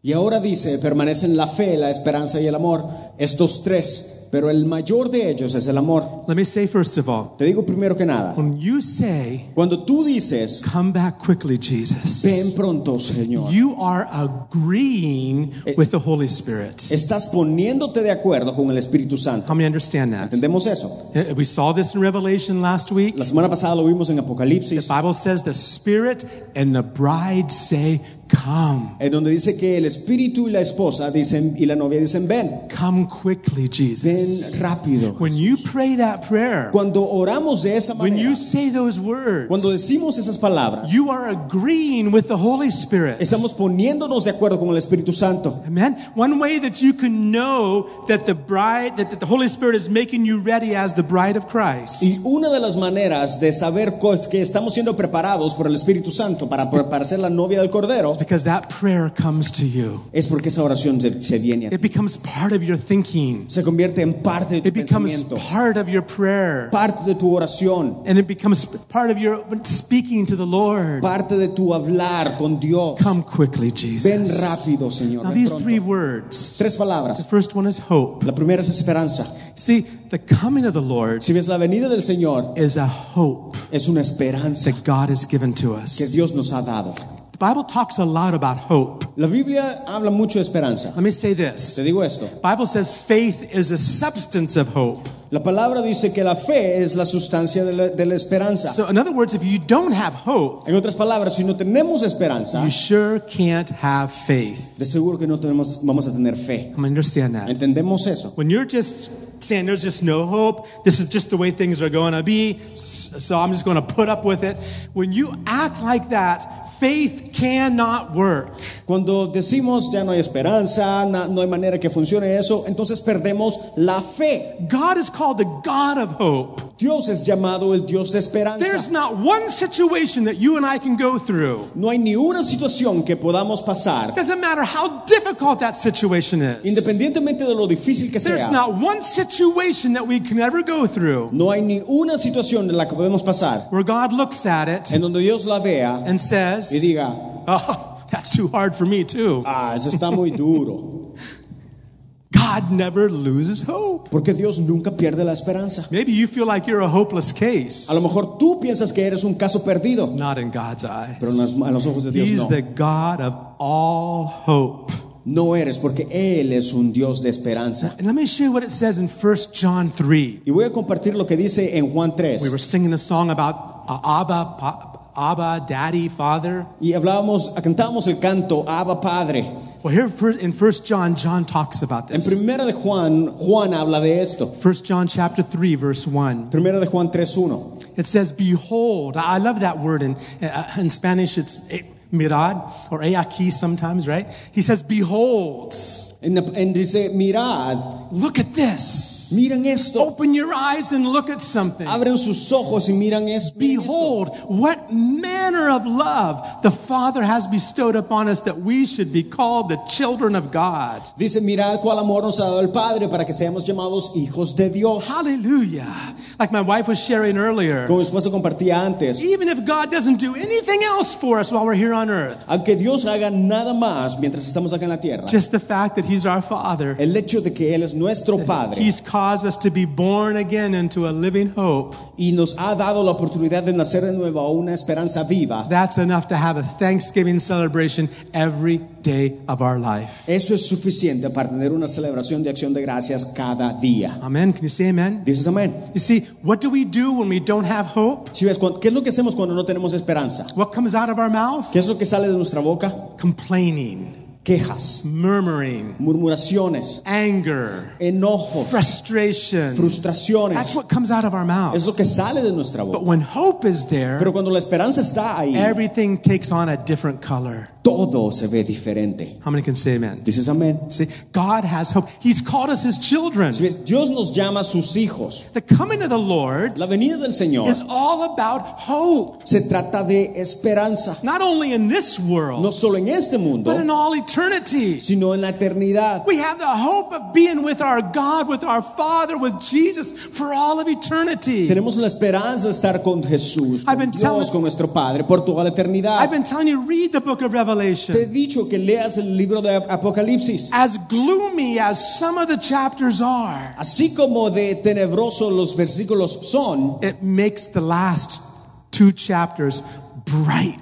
S5: Y ahora dice, permanecen la fe, la esperanza y el amor, estos tres, pero el mayor de ellos es el amor.
S4: Let me say, first of all,
S5: Te digo primero que nada,
S4: when you say,
S5: cuando tú dices,
S4: come back quickly,
S5: ven
S4: Jesus,
S5: pronto, Señor,
S4: you are agreeing with the Holy Spirit.
S5: estás poniéndote de acuerdo con el Espíritu Santo.
S4: How many understand that?
S5: ¿Entendemos eso?
S4: Uh, We saw this in Revelation last week.
S5: La semana pasada lo vimos en
S4: The
S5: Apocalipsis,
S4: Bible says the Spirit and the bride say, Come,
S5: en donde dice que el Espíritu y la esposa dicen, y la novia dicen, ven,
S4: come quickly, Jesus.
S5: ven rápido.
S4: When you pray that prayer,
S5: Cuando oramos de esa
S4: when
S5: manera,
S4: you say those
S5: cuando
S4: words,
S5: decimos esas palabras,
S4: you are agreeing with the Holy Spirit.
S5: estamos poniéndonos de acuerdo con el Espíritu Santo.
S4: Amen. One way that you can know that the bride, that that the Holy Spirit is making you ready as the bride of Christ,
S5: Y una de las maneras de saber co- es que estamos siendo preparados por el Espíritu Santo para, para ser la novia del Cordero
S4: because that prayer comes to you.
S5: es porque esa oración se, se viene a ti.
S4: It becomes part of your thinking.
S5: Se convierte en parte de tu
S4: It becomes
S5: pensamiento,
S4: part of your prayer.
S5: parte de tu oración,
S4: And it becomes part of your speaking to the Lord.
S5: parte de tu hablar con Dios.
S4: Come quickly,
S5: Ven
S4: Jesus.
S5: rápido, Señor.
S4: Now,
S5: ven
S4: these
S5: pronto.
S4: three words
S5: Tres
S4: the
S5: palabras.
S4: first one is hope.
S5: La primera es esperanza.
S4: See, the coming of the Lord
S5: Si ves la venida del Señor,
S4: is a hope
S5: es una esperanza
S4: that God has given to
S5: que
S4: us.
S5: Dios nos ha dado.
S4: The Bible talks a lot about hope.
S5: La Biblia habla mucho de esperanza.
S4: Let me say this
S5: Te digo esto.
S4: Bible says faith is a substance of hope.
S5: La palabra dice que la fe es la sustancia de la, de la esperanza.
S4: So, in other words, if you don't have hope,
S5: en otras palabras, si no tenemos esperanza,
S4: you sure can't have faith.
S5: de seguro que no tenemos, vamos a tener fe.
S4: I understand that.
S5: ¿Entendemos eso?
S4: When you're just saying there's just no hope, this is just the way things are going to be, s- so I'm just going to put up with it. When you act like that, faith cannot work.
S5: Cuando decimos ya no hay esperanza, na- no hay manera que funcione eso, entonces perdemos la fe.
S4: God is called the God of hope.
S5: Dios es llamado el Dios de
S4: There's
S5: esperanza.
S4: not one situation that you and I can go through.
S5: No hay ni una situación que podamos pasar,
S4: Doesn't matter how difficult that situation is.
S5: independientemente de lo difícil que
S4: There's
S5: sea.
S4: not one situation that we can ever go through
S5: No hay ni una situación en la que podemos pasar
S4: where God looks at it
S5: en donde Dios la vea
S4: and
S5: y
S4: says,
S5: diga,
S4: Oh, that's too hard for me, too.
S5: ah, eso está muy duro.
S4: God never loses hope.
S5: Porque Dios nunca pierde la esperanza.
S4: Maybe you feel like you're a hopeless case.
S5: A lo mejor tú piensas que eres un caso perdido,
S4: Not in God's eyes.
S5: pero en las- a los ojos de Dios
S4: He's
S5: no.
S4: the God of all hope.
S5: No eres porque Él es un Dios de esperanza.
S4: And let me show you what it says in 1 John 3.
S5: Y voy a compartir lo que dice en Juan
S4: We
S5: 3.
S4: were singing a song about uh, Abba, Pa- Abba, Daddy, Father.
S5: Y hablábamos, cantábamos el canto Abba Padre.
S4: Well, here fir- in 1 John, John talks about
S5: En
S4: this.
S5: primera de Juan, Juan habla de esto.
S4: 1 John chapter 3, verse 1.
S5: Primera de Juan 3:1.
S4: It says, Behold, I love that word in, uh, in Spanish, it's eh, mirad or aquí E sometimes, right? He says, Behold,
S5: En, en dice, mirad,
S4: look at this.
S5: miren esto.
S4: Open your eyes and look at something.
S5: Abren sus ojos y miran es- miren esto.
S4: Behold, what manner of love the Father has bestowed upon us that we should be called the children of God.
S5: Dice, mirad cuál amor nos ha dado el Padre para que seamos llamados hijos de Dios.
S4: Hallelujah. Like my wife was sharing earlier,
S5: Como mi esposa compartía antes,
S4: even if God doesn't do anything else for us while we're here on earth,
S5: aunque Dios haga nada más mientras estamos acá en la tierra,
S4: just the fact that He's our Father,
S5: el hecho de que Él es nuestro Padre
S4: He's caused us to be born again into a living hope.
S5: y nos ha dado la oportunidad de nacer de nuevo a una esperanza viva,
S4: That's enough to have a Thanksgiving celebration every day of our life.
S5: eso es suficiente para tener una celebración de acción de gracias cada día.
S4: Amen. Can you say amen?
S5: Dices amén.
S4: You see, what do we do when we don't have hope?
S5: Si ves, cuan- ¿qué es lo que hacemos cuando no tenemos esperanza?
S4: What comes out of our mouth?
S5: ¿Qué es lo que sale de nuestra boca?
S4: Complaining,
S5: Quejas,
S4: murmuring,
S5: murmuraciones,
S4: anger,
S5: enojo,
S4: frustration. That's
S5: frustraciones.
S4: what comes out of our
S5: Es
S4: mouth.
S5: lo que sale de nuestra boca.
S4: But when hope is there,
S5: Pero cuando la esperanza está ahí,
S4: everything takes on a different color.
S5: todo se ve diferente.
S4: How many can say amen?
S5: Dices amén.
S4: See, God has hope. He's called us his children.
S5: Si ves, Dios nos llama sus hijos.
S4: The coming of the Lord
S5: La venida del Señor
S4: is all about hope,
S5: se trata de esperanza,
S4: not only in this
S5: no
S4: world,
S5: solo en este mundo,
S4: but in all eternity.
S5: sino en la eternidad.
S4: We have the hope of being with our God, with our Father, with Jesus for all of eternity.
S5: Tenemos la esperanza de estar con Jesús,
S4: I've been
S5: con Dios,
S4: telling-
S5: con nuestro Padre por toda la
S4: I've
S5: eternidad.
S4: been telling you, read the book of
S5: Te he
S4: Revelation.
S5: dicho que leas el libro de Apocalipsis.
S4: As gloomy as some of the chapters are,
S5: Así como de tenebrosos los versículos son,
S4: it makes the last two chapters bright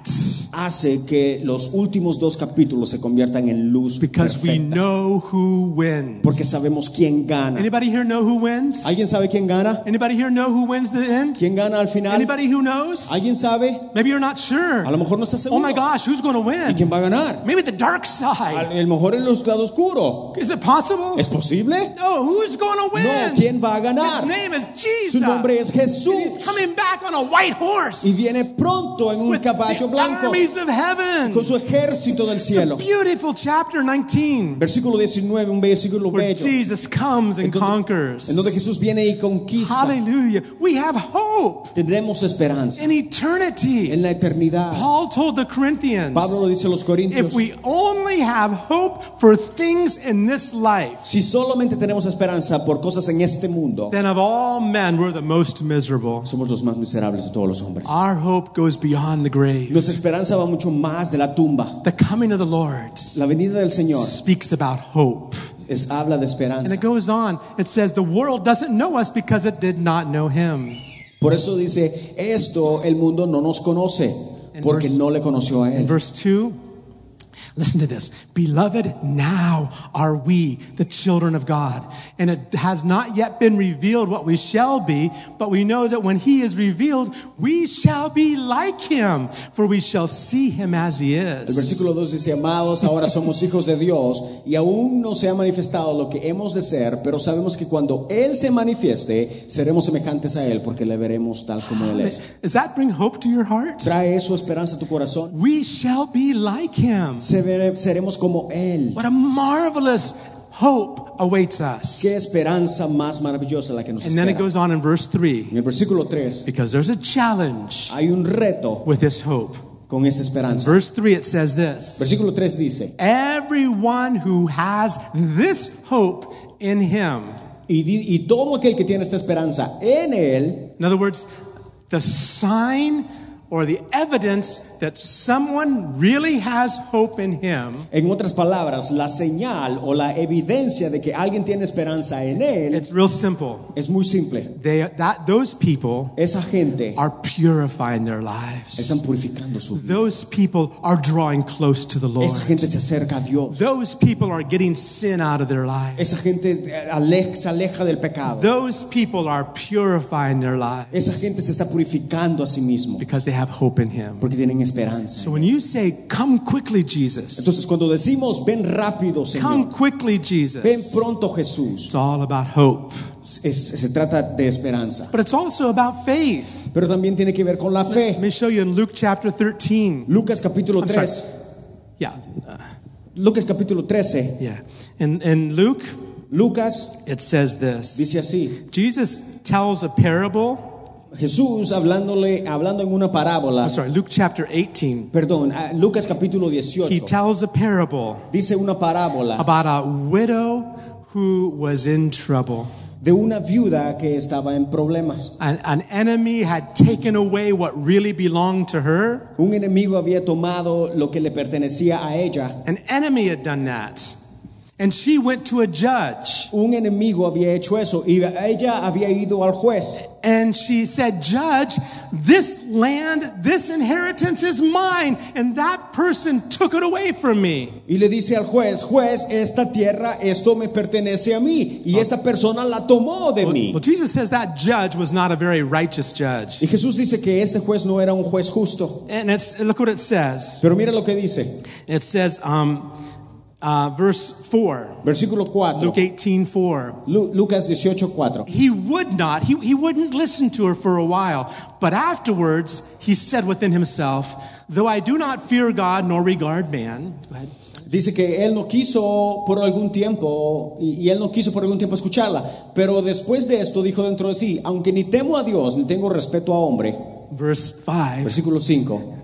S5: hace que los últimos dos capítulos se conviertan en luz
S4: because we
S5: perfecta.
S4: know who wins.
S5: porque sabemos quién gana.
S4: Anybody here know who wins?
S5: ¿Alguien sabe quién gana?
S4: Anybody here know who wins the end?
S5: ¿Quién gana al final?
S4: Anybody who knows?
S5: ¿Alguien sabe?
S4: Maybe you're not
S5: A
S4: sure.
S5: lo mejor no está seguro.
S4: Oh my gosh, who's going to
S5: ¿Y
S4: win?
S5: quién va a ganar?
S4: Maybe the dark
S5: A
S4: side.
S5: lo mejor el lado oscuro.
S4: Is it possible?
S5: ¿Es posible?
S4: No, who's going to
S5: No,
S4: win?
S5: ¿quién va a ganar?
S4: His name is
S5: Su
S4: Jesus.
S5: nombre es
S4: And
S5: Jesús
S4: He's coming back on a white horse.
S5: y viene pronto en un
S4: with
S5: caballo
S4: the
S5: blanco
S4: armies of heaven.
S5: con su ejército del cielo.
S4: Beautiful chapter 19,
S5: Versículo 19, un versículo
S4: where
S5: bello, en
S4: Jesus comes and conquers.
S5: donde Jesús viene y conquista.
S4: Hallelujah. We have hope
S5: Tendremos esperanza
S4: in eternity.
S5: en la eternidad.
S4: Paul told the Corinthians,
S5: Pablo lo dice a los corintios,
S4: if we only have hope for things in this life,
S5: si solamente tenemos esperanza por cosas en este mundo,
S4: then of all men, we're the most miserable.
S5: somos los más miserables de todos los hombres.
S4: Our hope goes beyond the grave.
S5: Nuestra esperanza va mucho más de la tumba.
S4: The coming of the Lord
S5: La venida del Señor
S4: speaks about hope.
S5: es habla
S4: And
S5: de esperanza.
S4: it goes on. It says, The world doesn't know us because it did not know him.
S5: Por eso dice, esto el mundo no nos conoce,
S4: En
S5: porque
S4: verse-
S5: no le conoció a
S4: In
S5: él.
S4: verse 2, listen to this Beloved, now are we the children of God. And it has not yet been revealed what we shall be, but we know that when He is revealed, we shall be like Him, for we shall see Him as He
S5: El
S4: is.
S5: versículo 2 dice, amados, ahora somos hijos de Dios y aún no se ha manifestado lo que hemos de ser, pero sabemos que cuando Él se manifieste, seremos semejantes a Él porque le veremos tal como Él es.
S4: Does that bring hope to your heart?
S5: Trae eso esperanza a tu corazón.
S4: We shall be like Him.
S5: Se vere- seremos como Él.
S4: What a marvelous hope awaits us.
S5: Qué esperanza más maravillosa la que nos
S4: And then it
S5: espera.
S4: goes on in verse 3
S5: En el versículo 3
S4: because there's a challenge
S5: hay un reto
S4: with this hope.
S5: con esta esperanza.
S4: Verse 3 it says this.
S5: Versículo 3 dice,
S4: Everyone who has this hope in him.
S5: y, di- y todo aquel que tiene esta esperanza en Él,
S4: In other words, the sign or the evidence that someone really has hope in him,
S5: en otras palabras, la señal o la evidencia de que alguien tiene esperanza en Él,
S4: it's real simple.
S5: es muy simple.
S4: They, that, those people
S5: Esa gente
S4: are purifying their lives.
S5: están purificando su vida.
S4: Those people are drawing close to the Lord.
S5: Esa gente se acerca a Dios.
S4: Those people are getting sin out of their lives.
S5: Esa gente ale- se aleja del pecado.
S4: Those people are purifying their lives
S5: Esa gente se está purificando a sí mismo
S4: because they have hope in Him.
S5: porque tienen esperanza.
S4: So when you say, Come quickly, Jesus,
S5: Entonces cuando decimos, ven rápido,
S4: come
S5: Señor,
S4: quickly,
S5: ven
S4: Jesus,
S5: pronto, Jesús,
S4: it's all about hope.
S5: es- se trata de esperanza.
S4: But it's also about faith.
S5: Pero también tiene que ver con la
S4: Let
S5: fe.
S4: me show you in Luke chapter 13.
S5: Lucas capítulo
S4: I'm sorry.
S5: 3,
S4: Yeah, uh,
S5: Lucas capítulo 13,
S4: yeah. In, in Luke,
S5: Lucas
S4: it says this
S5: dice así,
S4: Jesus tells a parable.
S5: Jesús hablándole, hablando en una parábola,
S4: I'm sorry, Luke chapter 18.
S5: perdón, ah, Lucas capítulo
S4: He
S5: 18,
S4: tells a parable
S5: dice una parábola
S4: about a widow who was in trouble.
S5: de una viuda que estaba en problemas.
S4: An, an enemy had taken away what really belonged to her.
S5: Un enemigo había tomado lo que le pertenecía a ella.
S4: An enemy had done that. And she went to a judge
S5: Un enemigo había hecho eso y ella había ido al juez
S4: and she said, Judge, this land, this inheritance is mine, and that person took it away from me.
S5: y le dice al juez, juez, esta tierra, esto me pertenece a mí y esta persona la tomó de mí.
S4: Well, Jesus says that judge was not a very righteous judge.
S5: Y Jesús dice que este juez no era un juez justo.
S4: And it's, look what it says.
S5: Pero mira lo que dice,
S4: It says, um, uh, verse 4,
S5: versículo 4,
S4: Luke 18 4.
S5: Lu- Lucas 18, 4.
S4: he would not he, he wouldn't listen to her for a while but afterwards he said within himself though i do not fear god nor regard man Go ahead.
S5: Dice que él no quiso por algún tiempo, y, y él no quiso por algún tiempo escucharla, pero después de esto dijo dentro de sí, aunque ni temo a Dios, ni tengo respeto a hombre,
S4: verse 5
S5: versículo 5,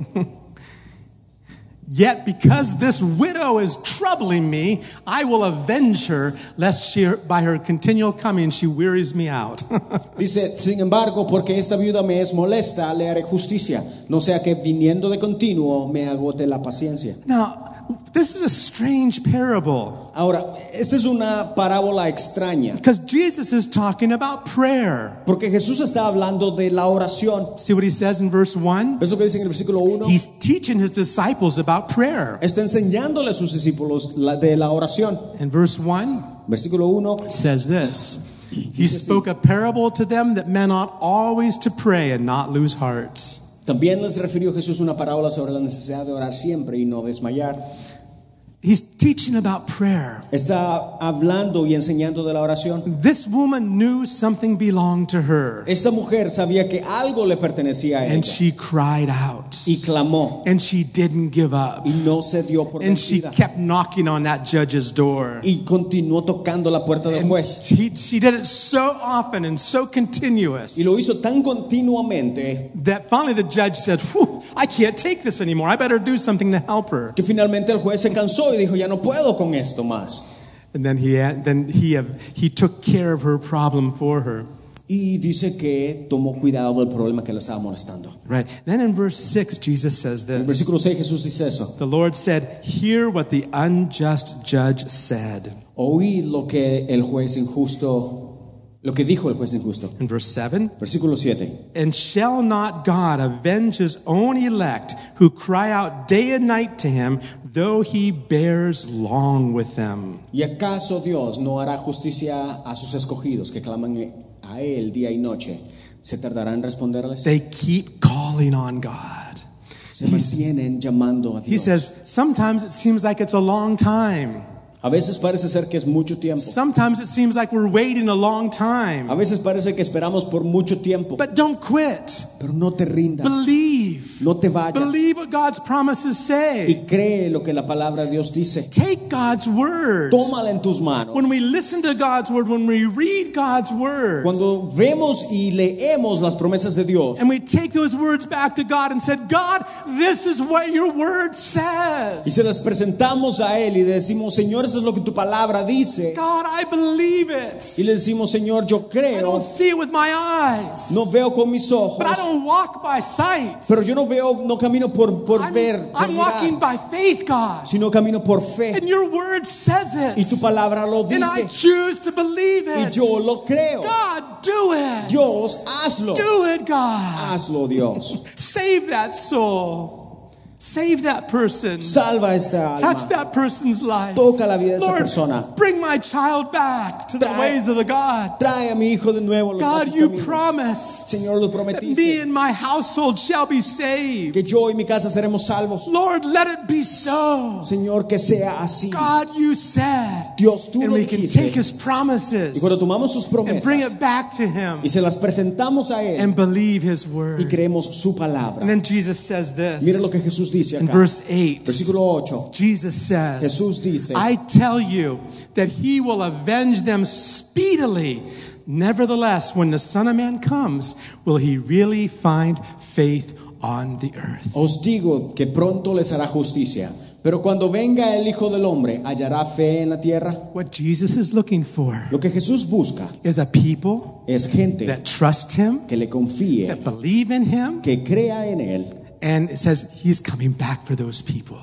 S4: yet because this widow is troubling me i will avenge her lest she by her continual coming she wearies me out
S5: dice, sin embargo, porque esta viuda me es molesta, le haré justicia, no sea que viniendo de continuo me agote la paciencia.
S4: now this is a strange parable
S5: Ahora, esta es una parábola extraña,
S4: because jesus is talking about prayer
S5: porque Jesús está hablando de la oración.
S4: see what he says in verse 1
S5: ¿Ves lo que dice en el versículo 1?
S4: he's teaching his disciples about prayer
S5: Está enseñándole a sus discípulos la- de la oración.
S4: in verse 1
S5: Versículo 1.
S4: says this He spoke a parable to them that men ought always to pray and not lose heart.
S5: También les refirió Jesús una parábola sobre la necesidad de orar siempre y no desmayar.
S4: He's teaching about prayer.
S5: Está hablando y enseñando de la oración.
S4: This woman knew something belonged to her,
S5: Esta mujer sabía que algo le pertenecía a
S4: and
S5: ella
S4: she cried out,
S5: y clamó
S4: and she didn't give up,
S5: y no se dio por
S4: and she
S5: vencida
S4: kept knocking on that judge's door.
S5: y continuó tocando la puerta del juez.
S4: She, she did it so often and so continuous
S5: Y lo hizo tan continuamente
S4: that finally the judge said, "Whew, I can't take this anymore. I better do something to help her.
S5: que finalmente el juez se cansó y dijo, ya no puedo con esto más.
S4: And then he, then he, he took care of her problem for her.
S5: Y dice que tomó cuidado del problema que le estaba molestando.
S4: Right. Then in verse 6, Jesus says
S5: En el
S4: this
S5: versículo 6 Jesús dice eso.
S4: The Lord said, Hear what the unjust judge said.
S5: Oíd lo que el juez injusto Lo que dijo el juez injusto.
S4: In verse 7,
S5: Versículo 7.
S4: And shall not God avenge his own elect who cry out day and night to him, though he bears long with them?
S5: ¿Y acaso Dios no hará justicia a sus escogidos que claman a Él día y noche? ¿Se tardará en responderles?
S4: They keep calling on God.
S5: Se mantienen llamando a
S4: He
S5: Dios.
S4: says, Sometimes it seems like it's a long time.
S5: A veces parece ser que es mucho tiempo.
S4: Sometimes it seems like we're waiting a long
S5: A
S4: time.
S5: veces parece que esperamos por mucho tiempo.
S4: But don't quit.
S5: Pero no te rindas.
S4: Believe.
S5: No te vayas.
S4: Believe what God's promises say.
S5: Y cree lo que la palabra de Dios dice.
S4: Take God's word.
S5: Tómala en tus manos.
S4: When we listen to God's word, when we read God's word,
S5: Cuando vemos y leemos las promesas de Dios
S4: And we take those words back to God and said, God, this is what your word
S5: y se
S4: says.
S5: las presentamos a Él y le decimos, Señor, eso es lo que tu palabra dice.
S4: God, I believe
S5: Y le
S4: it.
S5: decimos, Señor, yo
S4: I
S5: creo,
S4: don't see it with my eyes,
S5: no veo con mis ojos,
S4: but I don't walk by sight.
S5: pero yo no veo, no camino por, por
S4: I'm,
S5: ver, por
S4: I'm
S5: mirar,
S4: walking by faith, God.
S5: sino camino por
S4: And
S5: fe.
S4: your word says
S5: Y tu
S4: it.
S5: palabra lo
S4: And I
S5: dice
S4: choose to believe
S5: y
S4: it.
S5: yo lo creo.
S4: God, do it.
S5: Dios, hazlo.
S4: Do it, God.
S5: Hazlo, Dios.
S4: Save that soul. Save that person.
S5: Salva esta
S4: Touch
S5: alma.
S4: that person's life.
S5: Toca la vida de esa
S4: Lord,
S5: persona.
S4: bring my child back to the
S5: Trae-
S4: ways of the God.
S5: Trae a mi hijo de nuevo. a los
S4: God,
S5: tus
S4: you
S5: caminos.
S4: promised
S5: Señor, lo
S4: that me
S5: prometiste
S4: and my household shall be saved.
S5: que yo y mi casa seremos salvos.
S4: Lord, let it be so.
S5: Señor, que sea así.
S4: God, you said,
S5: Dios, tú
S4: and
S5: lo
S4: we can take
S5: dijiste.
S4: His promises
S5: Y cuando tomamos sus
S4: and bring
S5: promesas
S4: it back to Him
S5: y se las presentamos a Él
S4: and believe His
S5: y
S4: word.
S5: creemos su
S4: And
S5: palabra.
S4: then Jesus says
S5: Mira lo
S4: this
S5: que Jesús dice
S4: in
S5: acá.
S4: verse 8.
S5: Versículo 8.
S4: Jesus says,
S5: Jesús dice,
S4: I tell you that he will avenge them speedily. Nevertheless, when the Son of Man comes, will he really find faith on the earth?
S5: os digo que pronto les hará justicia, pero cuando venga el Hijo del Hombre, ¿hallará fe en la tierra?
S4: What Jesus is looking for
S5: Lo que Jesús busca
S4: is a people
S5: es gente
S4: that trust him,
S5: que le confíe,
S4: that believe in him,
S5: que crea en Él,
S4: and it says he's coming back for those people.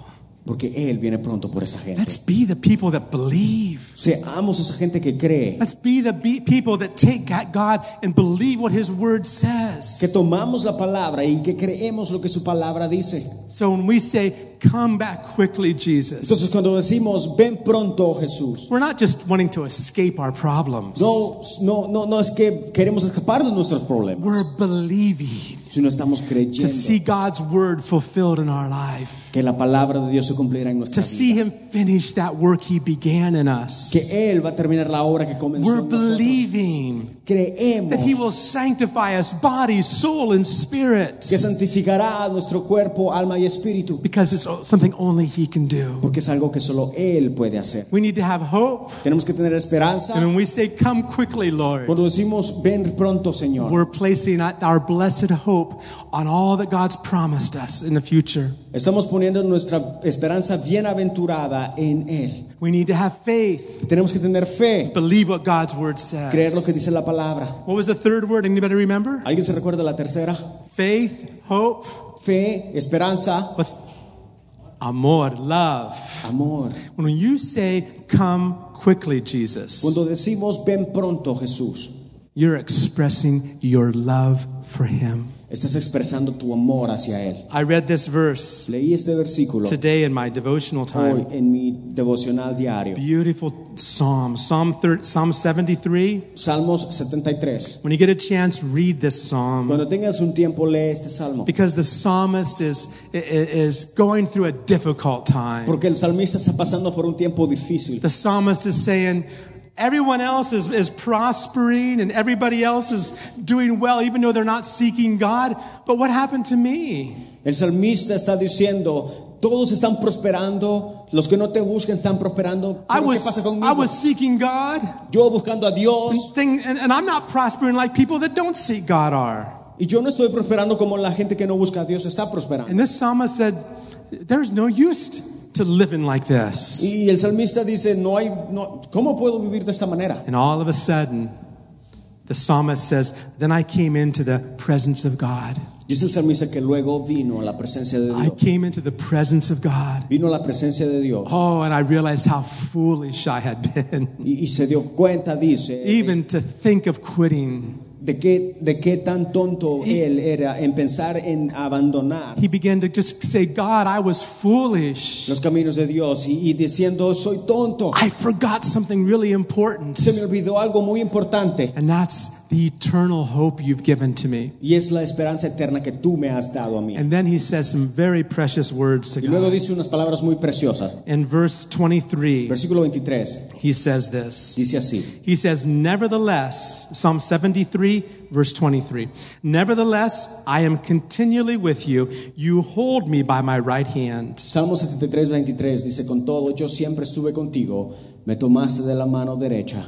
S5: porque Él viene pronto por esa gente.
S4: Let's be the people that believe.
S5: Seamos esa gente que cree,
S4: Let's be the be- people that take God and believe what his word says.
S5: que tomamos la palabra y que creemos lo que su palabra dice.
S4: So when we say, come back quickly,
S5: Entonces
S4: Jesus,
S5: cuando decimos, ven pronto Jesús,
S4: we're not just wanting to escape our problems.
S5: no, no, no, no es que queremos escapar de nuestros problemas,
S4: We're believing
S5: si no estamos
S4: to see
S5: creyendo
S4: God's word fulfilled in our life,
S5: que la palabra de Dios se cumplirá en
S4: to
S5: nuestra
S4: see
S5: vida,
S4: Him finish that work He began in us.
S5: que Él va a terminar la obra que comenzó
S4: We're
S5: en nosotros.
S4: believing that He
S5: Creemos
S4: will sanctify us body, soul, and
S5: que
S4: spirit
S5: santificará a nuestro cuerpo, alma y espíritu,
S4: because it's something only He can do.
S5: porque es algo que solo Él puede hacer.
S4: We need to have hope.
S5: Tenemos que tener
S4: And
S5: esperanza.
S4: when we say, come quickly, Lord,
S5: Cuando decimos, ven pronto Señor,
S4: We're placing our blessed hope on all that God's promised us in the future.
S5: estamos poniendo nuestra esperanza bienaventurada en Él.
S4: We need to have faith,
S5: Tenemos que tener fe,
S4: believe what God's word
S5: creer lo que
S4: says.
S5: dice la palabra.
S4: What was the third word? Anybody remember?
S5: ¿Alguien se recuerda la tercera?
S4: Faith, hope,
S5: Fe, esperanza,
S4: what's amor, love.
S5: amor.
S4: When you say, Come quickly, Jesus,
S5: Cuando decimos ven pronto Jesús,
S4: you're expressing your love for Him.
S5: estás expresando tu amor hacia Él.
S4: I read this verse
S5: Leí este versículo
S4: today in my devotional
S5: hoy
S4: time.
S5: en mi devocional diario.
S4: Beautiful psalm, Psalm, thir- Psalm 73.
S5: Salmos 73.
S4: When you get a chance, read this psalm
S5: Cuando tengas un tiempo lee este salmo.
S4: because the psalmist is, i- i- is going through a difficult time.
S5: Porque el salmista está pasando por un tiempo difícil.
S4: The psalmist is saying, Everyone else is, is prospering and everybody else is doing well, even though they're not seeking God. But what happened to me?
S5: El salmista está diciendo, todos están prosperando, los que no te buscan están
S4: I
S5: prosperando. Pero ¿Qué
S4: was,
S5: pasa
S4: I
S5: conmigo?
S4: was seeking God,
S5: Yo buscando a Dios
S4: thing, and, and I'm not prospering like people that don't seek God are.
S5: y yo no estoy prosperando como la gente que no busca a Dios está prosperando.
S4: And this psalmist said, There's no use to living like this.
S5: Y el salmista dice, no hay, no, ¿cómo puedo vivir de esta manera?
S4: And all of a sudden, The psalmist says, Then I came into the presence of God.
S5: Dice el salmista que luego vino a la presencia de
S4: I
S5: Dios.
S4: came into the presence of God.
S5: Vino a la presencia de Dios.
S4: Oh, and I realized how foolish I had been.
S5: Y, y se dio cuenta, dice,
S4: Even to think of quitting,
S5: de qué, de qué tan tonto él era en pensar en abandonar
S4: he began to just say, God, I was foolish.
S5: los caminos de Dios y, y diciendo, soy tonto.
S4: I forgot something really important.
S5: Se me olvidó algo muy importante
S4: And that's the eternal hope you've given to me.
S5: y es la esperanza eterna que tú me has dado a mí.
S4: And then he says some very precious words to
S5: Y luego
S4: God.
S5: dice unas palabras muy preciosas.
S4: In verse 23,
S5: Versículo 23
S4: he says this.
S5: dice así.
S4: He says, Nevertheless, Psalm 73, verse 23, Nevertheless, I am continually with you. You hold me by my right hand.
S5: Salmo 73, 23 dice, con todo yo siempre estuve contigo, me tomaste de la mano derecha.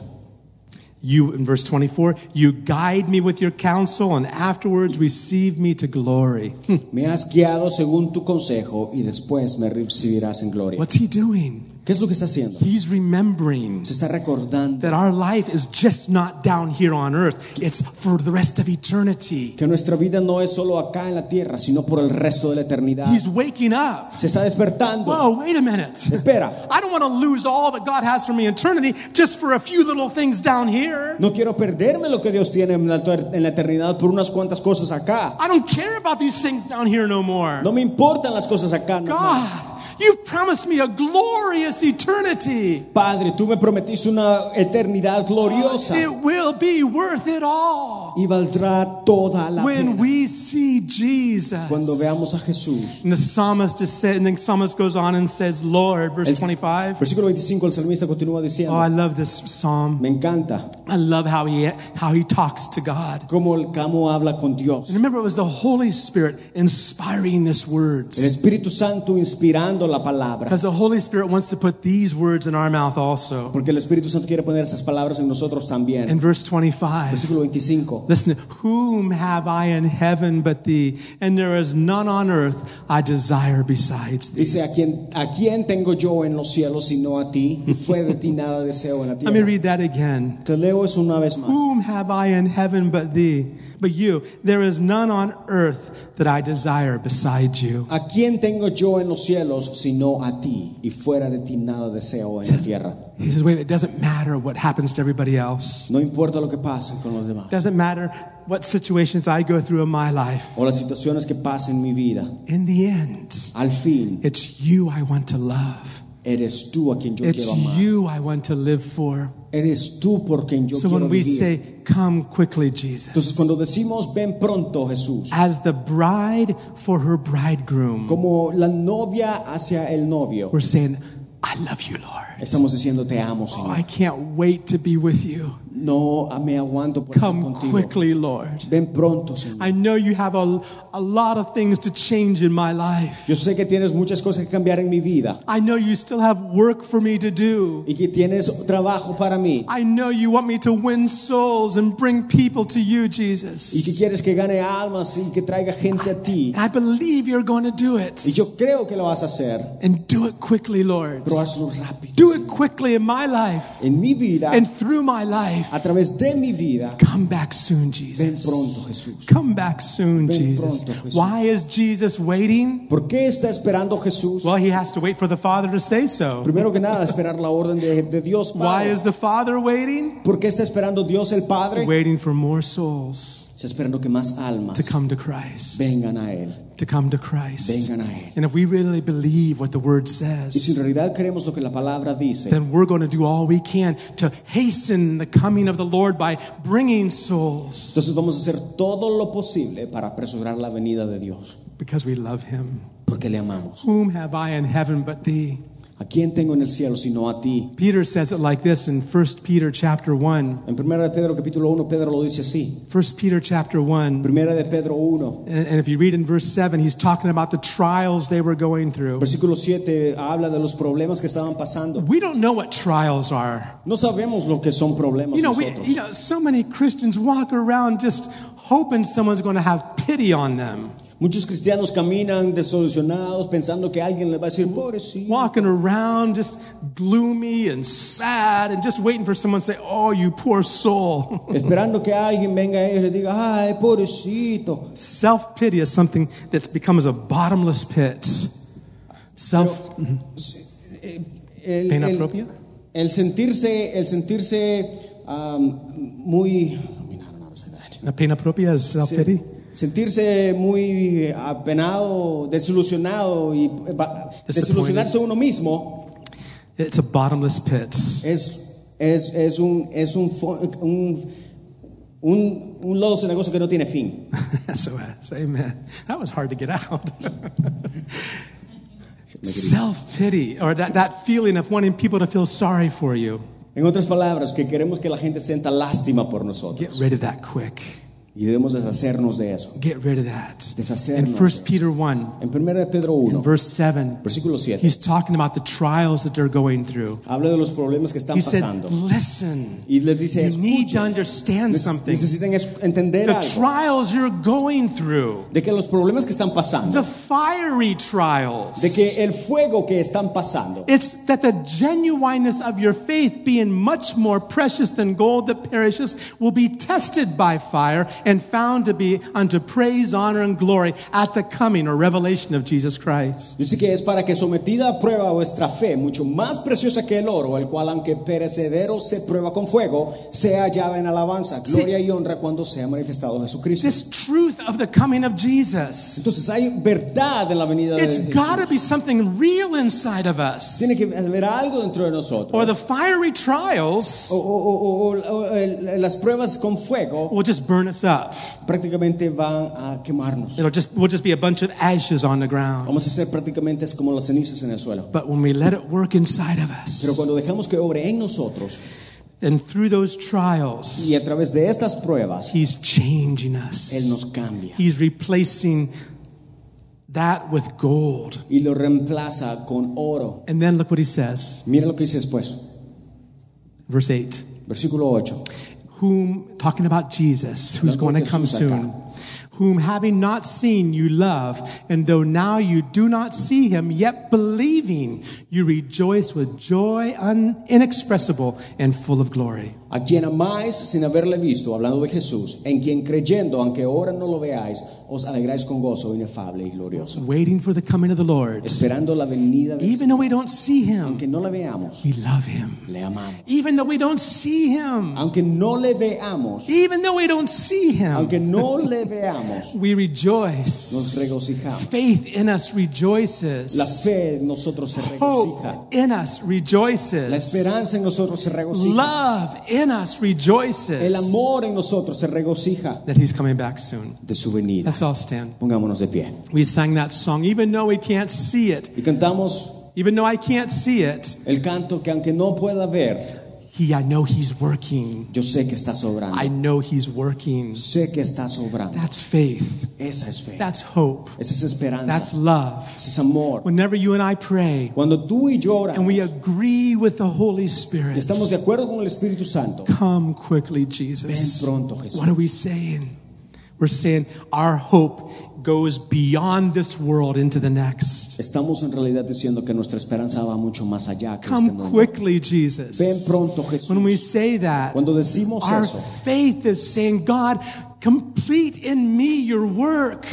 S4: You, in verse 24, you guide me with your counsel, and afterwards receive me to glory. Hmm,
S5: Me has guiado según tu consejo y después me recibirás en gloria.
S4: What's he doing?
S5: ¿Qué es lo que está haciendo?
S4: He's remembering
S5: Se está recordando
S4: that our life is just not down here on earth, it's for the rest of eternity.
S5: que nuestra vida no es solo acá en la tierra, sino por el resto de la eternidad.
S4: He's waking up.
S5: Se está despertando.
S4: Whoa, wait a minute.
S5: Espera,
S4: I don't want to lose all that God has for me eternity just for a few little things down here.
S5: no quiero perderme lo que Dios tiene en la en la eternidad por unas cuantas cosas acá.
S4: I don't care about these things down here no more.
S5: No me importan las cosas acá. nada más.
S4: God, you've promised me a glorious eternity.
S5: Padre, tú me prometiste una eternidad gloriosa
S4: It will be worth it all
S5: y valdrá toda la
S4: when
S5: pena
S4: we see Jesus.
S5: cuando veamos a Jesús.
S4: And the psalmist is said, and the psalmist goes on and says, Lord, verse
S5: El-
S4: 25.
S5: Versículo 25, el salmista continúa
S4: Oh,
S5: diciendo,
S4: I love this psalm.
S5: me encanta
S4: I love how he how he talks to God.
S5: cómo el camo habla con Dios.
S4: And remember, it was the Holy Spirit inspiring this
S5: El
S4: words.
S5: Espíritu Santo inspirando la palabra.
S4: Because the Holy Spirit wants to put these words in our mouth also.
S5: Porque el Espíritu Santo quiere poner esas palabras en nosotros también.
S4: In verse 25,
S5: Versículo 25.
S4: listen, whom have I in heaven but thee? And there is none on earth I desire besides thee.
S5: Dice, ¿a quién, ¿a quién tengo yo en los cielos sino a ti? Y fue de ti nada deseo en la
S4: Let me
S5: tierra.
S4: read that again.
S5: Te leo eso una vez más.
S4: Whom have I in heaven but thee? But you, there is none on earth that I desire beside you.
S5: ¿A quién tengo yo en los cielos sino a ti? Y fuera de ti nada deseo en la tierra.
S4: He says, wait, it doesn't matter what happens to everybody else.
S5: No importa lo que pase con los demás.
S4: Doesn't matter what situations I go through in my life.
S5: O las situaciones que pasen en mi vida.
S4: In the end,
S5: Al fin,
S4: it's you I want to love.
S5: Eres tú a quien yo
S4: It's
S5: quiero amar.
S4: you I want to live for.
S5: Eres tú por quien yo
S4: So
S5: quiero
S4: when we
S5: vivir.
S4: say, Come quickly,
S5: Entonces
S4: Jesus,
S5: cuando decimos ven pronto Jesús,
S4: as the bride for her bridegroom,
S5: como la novia hacia el novio,
S4: we're saying, I love you, Lord.
S5: estamos diciendo te amo
S4: Oh,
S5: Señor.
S4: I can't wait to be with you.
S5: No ah, me aguanto por estar
S4: Come
S5: contigo.
S4: quickly, Lord.
S5: Ven pronto Señor.
S4: I know you have a, a lot of things to change in my life.
S5: Yo sé que tienes muchas cosas que cambiar en mi vida
S4: I know you still have work for me to do.
S5: y que tienes trabajo para mí
S4: I know you want me to win souls and bring people to you,
S5: y que
S4: Jesus.
S5: quieres que gane almas y que traiga gente a ti.
S4: And I believe you're going to do it.
S5: Y yo creo que lo vas a hacer,
S4: And do it quickly, Lord.
S5: pero hazlo rápido.
S4: Do it quickly in my life
S5: En mi vida,
S4: and through my life.
S5: a través de mi vida,
S4: Come back soon,
S5: ven
S4: Jesus.
S5: pronto Jesús.
S4: Come back soon,
S5: Ven
S4: Jesus.
S5: pronto, Jesús.
S4: Why is Jesus waiting?
S5: ¿Por qué está esperando Jesús?
S4: Well, he has to wait for the Father to say so.
S5: Primero que nada, esperar la orden de, de Dios
S4: Why
S5: Padre.
S4: is the Father waiting?
S5: ¿Por qué está esperando Dios el Padre?
S4: Waiting for more souls
S5: Está esperando que más almas
S4: to come to Christ.
S5: vengan a Él.
S4: To come to Christ.
S5: Vengan a Él.
S4: And if we really believe what the Word
S5: Y si en
S4: says,
S5: realidad creemos lo que la palabra dice,
S4: then we're going to do all we can to hasten the coming of the Lord by bringing souls
S5: entonces vamos a hacer todo lo posible para apresurar la venida de Dios.
S4: because we love Him.
S5: Porque le amamos.
S4: Whom have I in heaven but thee?
S5: ¿A quién tengo en el cielo sino a ti?
S4: Peter says it like this in 1 Peter chapter 1.
S5: En 1 de Pedro capítulo 1, Pedro lo dice así.
S4: 1 Peter chapter 1.
S5: 1 de Pedro 1,
S4: And, and if you read in verse 7, he's talking about the trials they were going through.
S5: versículo 7, habla de los problemas que estaban pasando.
S4: We don't know what trials are.
S5: No sabemos lo que son problemas
S4: You know, we,
S5: nosotros.
S4: you know, so many Christians walk around just hoping someone's going to have pity on them.
S5: Muchos cristianos caminan desolucionados pensando que alguien les va a decir, pobrecito.
S4: Walking around just gloomy and sad and just waiting for someone to say, Oh, you poor soul.
S5: Esperando que alguien venga a ellos y les diga, ay, pobrecito.
S4: Self pity is something that's becomes a bottomless pit. Self,
S5: eh, El,
S4: ¿Pena
S5: el-
S4: propia?
S5: El sentirse, el sentirse um, muy...
S4: la pena propia is self pity.
S5: Sentirse muy apenado, desilusionado y va- desilusionarse uno mismo
S4: It's a bottomless pit.
S5: es, es, es, un, es un, fo- un, un, un lodo cenagoso que no tiene fin.
S4: SOS. uh, Amen. That was hard to get out. self pity, or that, that feeling of wanting people to feel sorry for you.
S5: En otras palabras, que queremos que la gente sienta lástima por
S4: Get
S5: nosotros.
S4: rid of that quick.
S5: Y debemos deshacernos de eso.
S4: Get rid of that. In
S5: Deshacernos.
S4: 1 Peter 1,
S5: En 1 de Pedro 1,
S4: verse 7,
S5: versículo 7,
S4: he's talking about the trials that they're going through.
S5: habla de los problemas que están
S4: He said,
S5: pasando.
S4: Listen,
S5: Y les dice,
S4: you need to
S5: "Escuchen".
S4: understand
S5: Nec-
S4: something.
S5: necesitan es- entender
S4: The
S5: algo.
S4: trials you're going through,
S5: De que los problemas que están pasando,
S4: the fiery trials,
S5: de que el fuego que están pasando,
S4: It's that the genuineness of your faith, being much more precious than gold that perishes, will be tested by fire and found to be unto praise, honor, and glory at the coming or revelation of Jesus Christ.
S5: dice que es para que sometida a prueba vuestra fe, mucho más preciosa que el oro, el cual aunque perecedero se prueba con fuego, sea hallada en alabanza, gloria y honra cuando sea manifestado Jesucristo.
S4: This truth of the coming of Jesus.
S5: Entonces hay verdad en la venida de
S4: It's
S5: Jesús.
S4: got to be something real inside of us.
S5: Tiene que haber algo dentro de nosotros.
S4: Or the fiery trials
S5: O, o- o- o- o el- las pruebas con fuego
S4: will just burn us up.
S5: prácticamente van a quemarnos.
S4: It'll just, we'll just be a bunch of ashes on the ground.
S5: Vamos a ser prácticamente es como las cenizas en el suelo.
S4: But when we let it work inside of
S5: Pero
S4: us,
S5: cuando dejamos que obre en nosotros
S4: then through those trials,
S5: y a través de estas pruebas,
S4: He's changing us.
S5: Él nos cambia
S4: He's replacing that with gold.
S5: y lo reemplaza con oro.
S4: And then look what he says,
S5: Mira lo que dice después,
S4: verse 8.
S5: versículo 8.
S4: Whom, talking about Jesus, who's going to come soon, whom having not seen you love, and though now you do not see him, yet believing you rejoice with joy un- inexpressible and full of glory.
S5: A quien amáis sin haberle visto, hablando de Jesús, en quien creyendo, aunque ahora no lo veáis, os alegráis con gozo inefable y glorioso.
S4: Waiting for the coming of the Lord.
S5: Esperando la venida de
S4: Even though we don't see him,
S5: Aunque no la veamos,
S4: we love him.
S5: le amamos.
S4: Even though we don't see him,
S5: Aunque no le veamos,
S4: even though we don't see him,
S5: aunque no le veamos,
S4: we
S5: nos
S4: rejoice.
S5: regocijamos.
S4: Faith in us
S5: La
S4: rejoices.
S5: fe en nosotros se regocija.
S4: Hope in us
S5: La
S4: rejoices.
S5: esperanza en nosotros se regocija.
S4: Love in us
S5: El
S4: rejoices.
S5: amor en nosotros se regocija
S4: That he's coming back soon.
S5: de su venida.
S4: Let's all stand.
S5: Pongámonos de pie.
S4: We sang that song, even though we can't see it,
S5: Y cantamos
S4: even though I can't see it,
S5: el canto que aunque no pueda ver,
S4: he I know he's working.
S5: yo sé que está sobrando.
S4: I know he's working.
S5: Sé que está sobrando.
S4: That's faith.
S5: Esa es fe.
S4: That's hope.
S5: Esa es
S4: That's
S5: esperanza.
S4: love.
S5: Ese es amor.
S4: Whenever you and I pray
S5: Cuando tú y yo
S4: and
S5: oramos
S4: we
S5: y
S4: agree with the Holy Spirit,
S5: estamos de acuerdo con el Espíritu Santo,
S4: Come quickly,
S5: ven
S4: Jesus.
S5: pronto Jesús.
S4: What are we saying? We're saying our hope goes beyond this world into the next.
S5: Estamos en realidad diciendo que nuestra esperanza va mucho más allá que este
S4: Come
S5: mundo.
S4: quickly,
S5: Ven
S4: Jesus.
S5: pronto, Jesús.
S4: When we say that,
S5: Cuando decimos
S4: our
S5: eso,
S4: faith is saying, God, complete in me your work.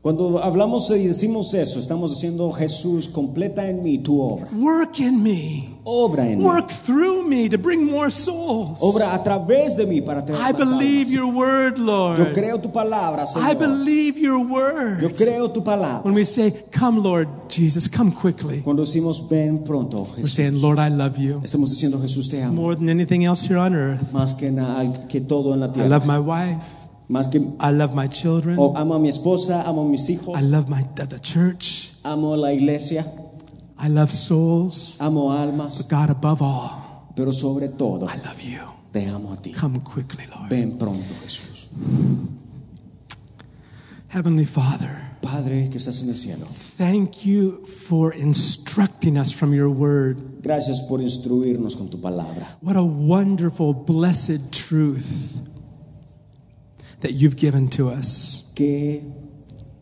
S5: cuando hablamos y decimos eso, estamos diciendo, Jesús, completa en mí tu obra.
S4: Work in me.
S5: Obra en mí.
S4: Work through me to bring more souls.
S5: Obra a través de mí para traer
S4: I
S5: más almas.
S4: believe your word,
S5: Yo
S4: Lord.
S5: creo tu palabra,
S4: I
S5: Señor.
S4: believe your
S5: Yo
S4: word.
S5: creo tu palabra.
S4: When we say, Come, Lord Jesus, come quickly.
S5: Cuando decimos, ven pronto,
S4: We're
S5: Jesús.
S4: saying, Lord, I love you
S5: Estamos diciendo, Jesús, te amo.
S4: more than anything else here on earth.
S5: Más que, na- que todo en la
S4: I
S5: tierra.
S4: love my wife.
S5: Más que...
S4: I love my children.
S5: oh, amo a mi esposa, amo a mis hijos,
S4: I love my the the church.
S5: amo la iglesia,
S4: I love souls.
S5: amo almas,
S4: But God, above all,
S5: pero sobre todo,
S4: I love you.
S5: te amo a ti.
S4: Come quickly, Lord.
S5: Ven pronto, Jesús.
S4: Heavenly Father,
S5: Padre que estás en el cielo,
S4: thank you for instructing us from your word.
S5: gracias por instruirnos con tu palabra.
S4: What a wonderful, blessed truth that you've given to us.
S5: Qué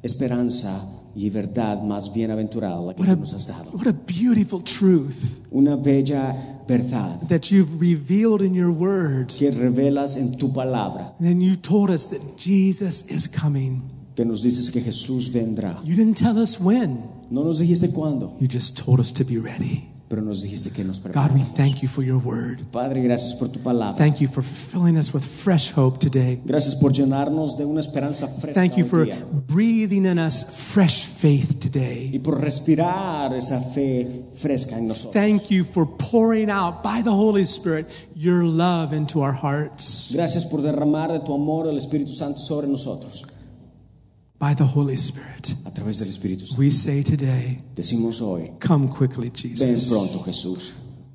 S5: esperanza y verdad más bienaventurada la que
S4: What
S5: tú
S4: a,
S5: nos has dado.
S4: what a beautiful truth
S5: Una bella verdad
S4: that you've revealed in your word.
S5: que revelas en tu palabra,
S4: And then you told us that Jesus is coming.
S5: que nos dices que Jesús vendrá.
S4: You didn't tell us when,
S5: No nos dijiste cuándo,
S4: you just told us to be ready.
S5: pero nos dijiste que nos
S4: God, we
S5: preparamos.
S4: thank you for your word.
S5: Padre, gracias por tu palabra.
S4: Thank you for filling us with fresh hope today.
S5: Gracias por llenarnos de una esperanza fresca
S4: Thank you
S5: hoy
S4: for
S5: día.
S4: breathing in us fresh faith today.
S5: y por respirar esa fe fresca en nosotros.
S4: Thank you for pouring out by the Holy Spirit your love into our hearts.
S5: Gracias por derramar de tu amor el Espíritu Santo sobre nosotros
S4: By the Holy Spirit,
S5: a través del Espíritu Santo.
S4: we say today,
S5: Decimos hoy,
S4: Come quickly,
S5: ven
S4: Jesus.
S5: pronto Jesús.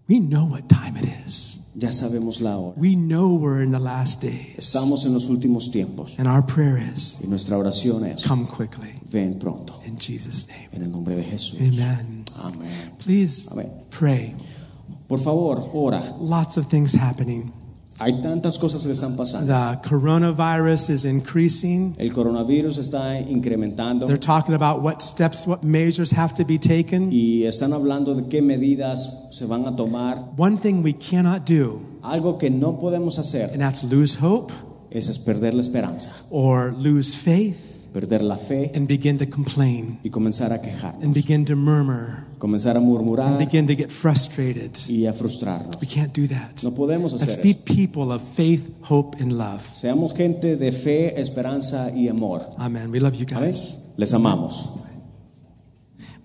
S4: We know what time it is.
S5: Ya sabemos la hora.
S4: We know we're in the last days.
S5: Estamos en los últimos tiempos
S4: And our prayer is,
S5: y nuestra oración es,
S4: Come quickly,
S5: ven pronto
S4: in Jesus' name.
S5: en el nombre de Jesús.
S4: Amen.
S5: Amén.
S4: Please
S5: Amen.
S4: pray.
S5: Por favor, ora.
S4: Lots of things happening.
S5: Hay tantas cosas que están pasando.
S4: The coronavirus is increasing.
S5: El coronavirus está incrementando
S4: They're talking about what steps, what measures have to be taken.
S5: y están hablando de qué medidas se van a tomar.
S4: One thing we cannot do
S5: Algo que no podemos hacer
S4: And that's lose hope
S5: ese es perder la esperanza,
S4: or lose faith
S5: perder la fe
S4: and begin to complain
S5: y comenzar a
S4: and
S5: quejarnos,
S4: begin to murmur,
S5: comenzar a murmurar
S4: begin to get frustrated.
S5: y a frustrarnos.
S4: We can't do that.
S5: No podemos
S4: Let's
S5: hacer
S4: be
S5: eso.
S4: people of faith, hope, and love.
S5: Seamos gente de fe, esperanza y amor.
S4: Amen. We love you
S5: ¿Amén?
S4: guys.
S5: Les amamos.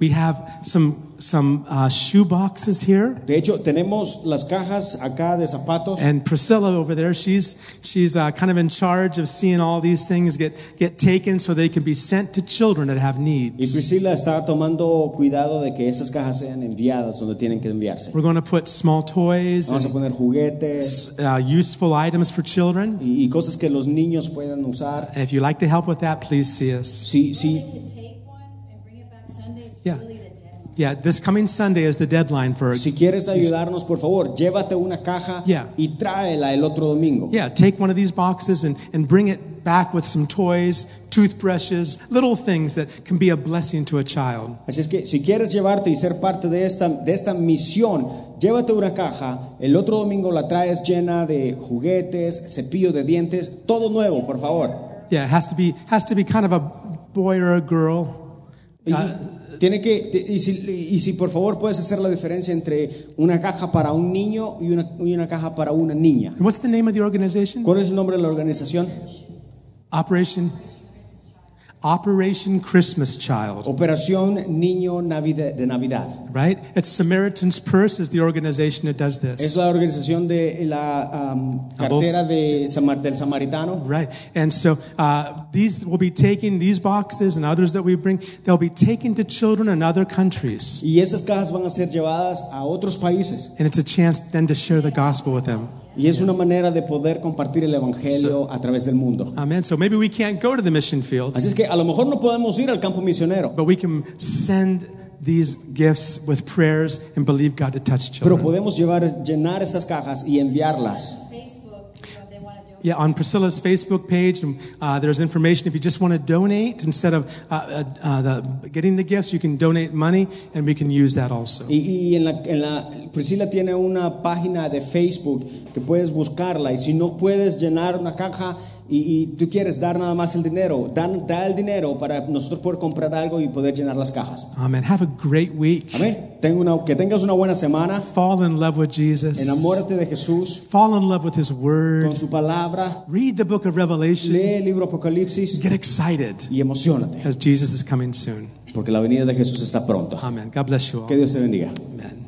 S4: We have some some uh, shoe boxes here,
S5: De hecho, tenemos las cajas acá de zapatos
S4: and Priscilla over there, she's she's uh, kind of in charge of seeing all these things get get taken so they can be sent to children that have
S5: y
S4: needs.
S5: Priscila está tomando cuidado de que esas cajas sean enviadas donde tienen que enviarse.
S4: We're going to put small toys
S5: Vamos
S4: and
S5: a poner juguetes
S4: uh, useful items for children.
S5: y, y cosas que los niños puedan usar.
S4: And if you'd like to help with that, please see us.
S5: Sí, sí.
S3: To take one and bring it back Sunday is
S4: Yeah.
S3: really the deadline.
S4: Yeah, this coming Sunday is the deadline for.
S5: Si quieres ayudarnos, por favor, llévate una caja
S4: Yeah.
S5: y tráela el otro domingo.
S4: Yeah, take one of these boxes and, and bring it back with some toys, toothbrushes, little things that can be a blessing to a child.
S5: Así es que si quieres llevarte y ser parte de esta, de esta misión, llévate una caja, el otro domingo la traes llena de juguetes, cepillo de dientes, todo nuevo, por favor.
S4: Yeah, it has to be has to be kind of a boy or a girl. Uh,
S5: Y,
S4: Ah.
S5: tiene que, te- y, si, y si, por favor puedes hacer la diferencia entre una caja para un niño y una, y una caja para una niña.
S4: And what's the name of the organization?
S5: ¿Cuál es el nombre de la organización?
S4: Operation Operation Christmas Child,
S5: Operación Niño Navide- de Navidad.
S4: right? It's Samaritan's Purse is the organization that does
S5: Es
S4: this.
S5: la organización de la am, cartera de, Samar- del samaritano.
S4: Right. And so uh, these will be taken, these boxes and others that we bring, they'll be taken to children in other countries.
S5: Y esas cajas van a ser llevadas a otros países.
S4: And it's a chance then to share the gospel with them.
S5: Y es una manera de poder compartir el Evangelio a través del mundo.
S4: Amen. So maybe we can't go to the mission field,
S5: Así es que a lo mejor no podemos ir al campo misionero,
S4: but we can send these gifts with prayers and believe God to touch
S5: pero
S4: children.
S5: podemos llevar, llenar esas cajas y enviarlas.
S3: Facebook, if they want to do
S4: Yeah, on Priscilla's Facebook page, um, uh, there's information if you just want to donate instead of uh, uh, uh, the, getting the gifts, you can donate money and we can use that also.
S5: Y, y en la, en la- Priscila tiene una página de Facebook que puedes buscarla. Y si no puedes llenar una caja y, y tú quieres dar nada más el dinero, dan- da el dinero para nosotros poder comprar algo y poder llenar las cajas.
S4: Amen. Have a great week.
S5: Amén. Tenga una- que tengas una buena semana.
S4: Fall in love with Jesus.
S5: Enamórate de Jesús
S4: Fall in love with His Word.
S5: con su palabra.
S4: Read the book of Revelation.
S5: Lee el libro Apocalipsis
S4: Get excited
S5: y emocionate,
S4: because Jesus is coming soon.
S5: porque la venida de Jesús está pronto.
S4: Amen. God bless you all.
S5: Que Dios te bendiga.
S4: Amen.